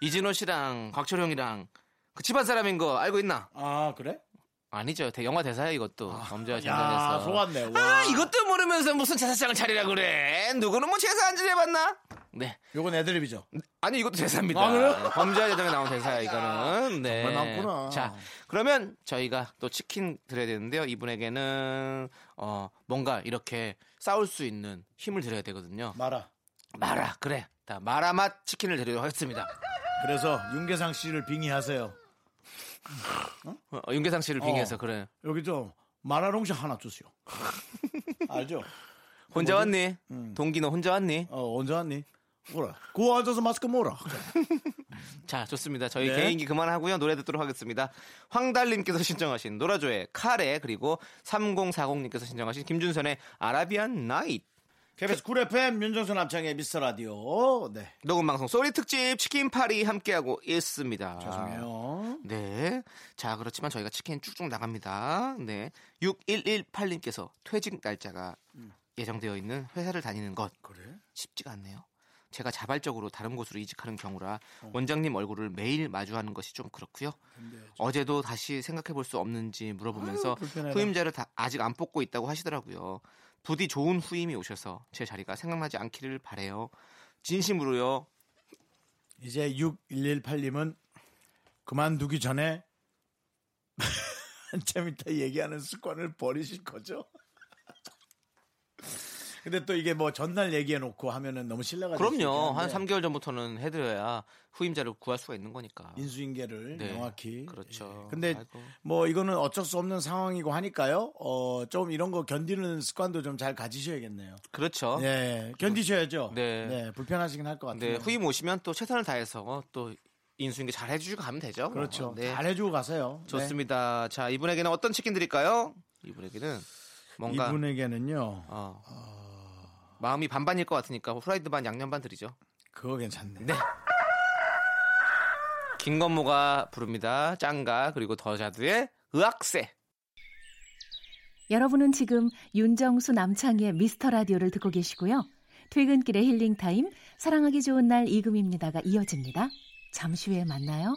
Speaker 2: 이진호 씨랑 곽철용이랑 그 집안 사람인 거 알고 있나?
Speaker 1: 아 그래?
Speaker 2: 아니죠. 대- 영화 대사야 이것도. 범죄와
Speaker 1: 야
Speaker 2: 진단에서.
Speaker 1: 속았네. 와.
Speaker 2: 그 아 이것도 모르면서 무슨 제사상을 차리라 그래. 누구는 뭐 제사 안 지내봤나? 네.
Speaker 1: 요건 애드립이죠.
Speaker 2: 아니 이것도 대사입니다.
Speaker 1: 아, 그래요?
Speaker 2: 범죄와 재단에 나온 대사야 이거는. 네.
Speaker 1: 정말 많구나.
Speaker 2: 자 그러면 저희가 또 치킨 드려야 되는데요. 이분에게는 어 뭔가 이렇게 싸울 수 있는 힘을 드려야 되거든요.
Speaker 1: 말아.
Speaker 2: 마라 그래. 다 마라맛 치킨을 드리도록 하겠습니다.
Speaker 1: 그래서 윤계상 씨를 빙의하세요.
Speaker 2: 어, 윤계상 씨를 빙의해서 그래.
Speaker 1: 여기 좀 마라롱시 하나 주세요. 알죠?
Speaker 2: 혼자 왔니? 동기 너 혼자 왔니?
Speaker 1: 음. 어 언제 왔니? 뭐라? 그거 앉아서 마스크 뭐라?
Speaker 2: 자, 좋습니다. 저희
Speaker 1: 네.
Speaker 2: 개인기 그만하고요. 노래 듣도록 하겠습니다. 황달님께서 신청하신 노라조의 카레, 그리고 3040님께서 신청하신 김준선의 아라비안 나잇.
Speaker 1: KBS 쿨 FM 윤정수 남창의 미스터 라디오. 네.
Speaker 2: 녹음방송 소리 특집 치킨파리 함께하고 있습니다.
Speaker 1: 죄송해요.
Speaker 2: 네. 자, 그렇지만 저희가 치킨 쭉쭉 나갑니다. 네. 6118님께서 퇴직 날짜가
Speaker 1: 음.
Speaker 2: 예정되어 있는 회사를 다니는 것.
Speaker 1: 그래?
Speaker 2: 쉽지가 않네요. 제가 자발적으로 다른 곳으로 이직하는 경우라
Speaker 1: 어.
Speaker 2: 원장님 얼굴을 매일 마주하는 것이 좀 그렇고요. 어제도 다시 생각해 볼 수 없는지 물어보면서
Speaker 1: 불편하다.
Speaker 2: 후임자를 다 아직 안 뽑고 있다고 하시더라고요. 부디 좋은 후임이 오셔서 제 자리가 생각나지 않기를 바래요. 진심으로요.
Speaker 1: 이제 6118님은 그만두기 전에 한참 있다 얘기하는 습관을 버리실 거죠? 근데 또 이게 뭐 전날 얘기해 놓고 하면은 너무 신뢰가 아, 될수
Speaker 2: 그럼요.
Speaker 1: 있긴
Speaker 2: 한
Speaker 1: 한데
Speaker 2: 3개월 전부터는 해드려야 후임자를 구할 수가 있는 거니까.
Speaker 1: 인수인계를
Speaker 2: 네,
Speaker 1: 명확히
Speaker 2: 그렇죠.
Speaker 1: 예. 근데
Speaker 2: 아이고.
Speaker 1: 뭐 이거는 어쩔 수 없는 상황이고 하니까요. 어, 좀 이런 거 견디는 습관도 좀 잘 가지셔야겠네요.
Speaker 2: 그렇죠.
Speaker 1: 예, 견디셔야죠.
Speaker 2: 네.
Speaker 1: 불편하시긴 할 것
Speaker 2: 네,
Speaker 1: 같아요.
Speaker 2: 후임 오시면 또 최선을 다해서 또 인수인계 잘 해주시고 가면 되죠.
Speaker 1: 그렇죠.
Speaker 2: 네.
Speaker 1: 잘 해주고 가세요.
Speaker 2: 좋습니다. 자, 이분에게는 어떤 치킨 드릴까요? 이분에게는
Speaker 1: 네.
Speaker 2: 뭔가
Speaker 1: 이분에게는요,
Speaker 2: 어, 마음이 반반일 것 같으니까 후라이드 반 양념 반 드리죠.
Speaker 1: 그거 괜찮네.
Speaker 2: 네. 김건모가 부릅니다. 짱가 그리고 더자두의 의학세.
Speaker 10: 여러분은 지금 윤정수 남창희의 미스터 라디오를 듣고 계시고요. 퇴근길의 힐링 타임, 사랑하기 좋은 날 이금입니다가 이어집니다. 잠시 후에 만나요.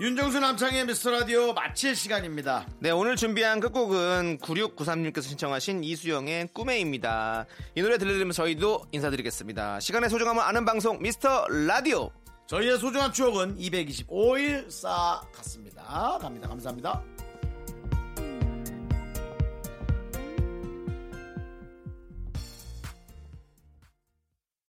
Speaker 1: 윤정수 남창의 미스터 라디오 마칠 시간입니다.
Speaker 2: 네, 오늘 준비한 끝곡은 9693님께서 신청하신 이수영의 꿈에입니다. 이 노래 들려드리면 저희도 인사드리겠습니다. 시간의 소중함을 아는 방송 미스터 라디오.
Speaker 1: 저희의 소중한 추억은 225일 쌓아갔습니다. 갑니다. 감사합니다.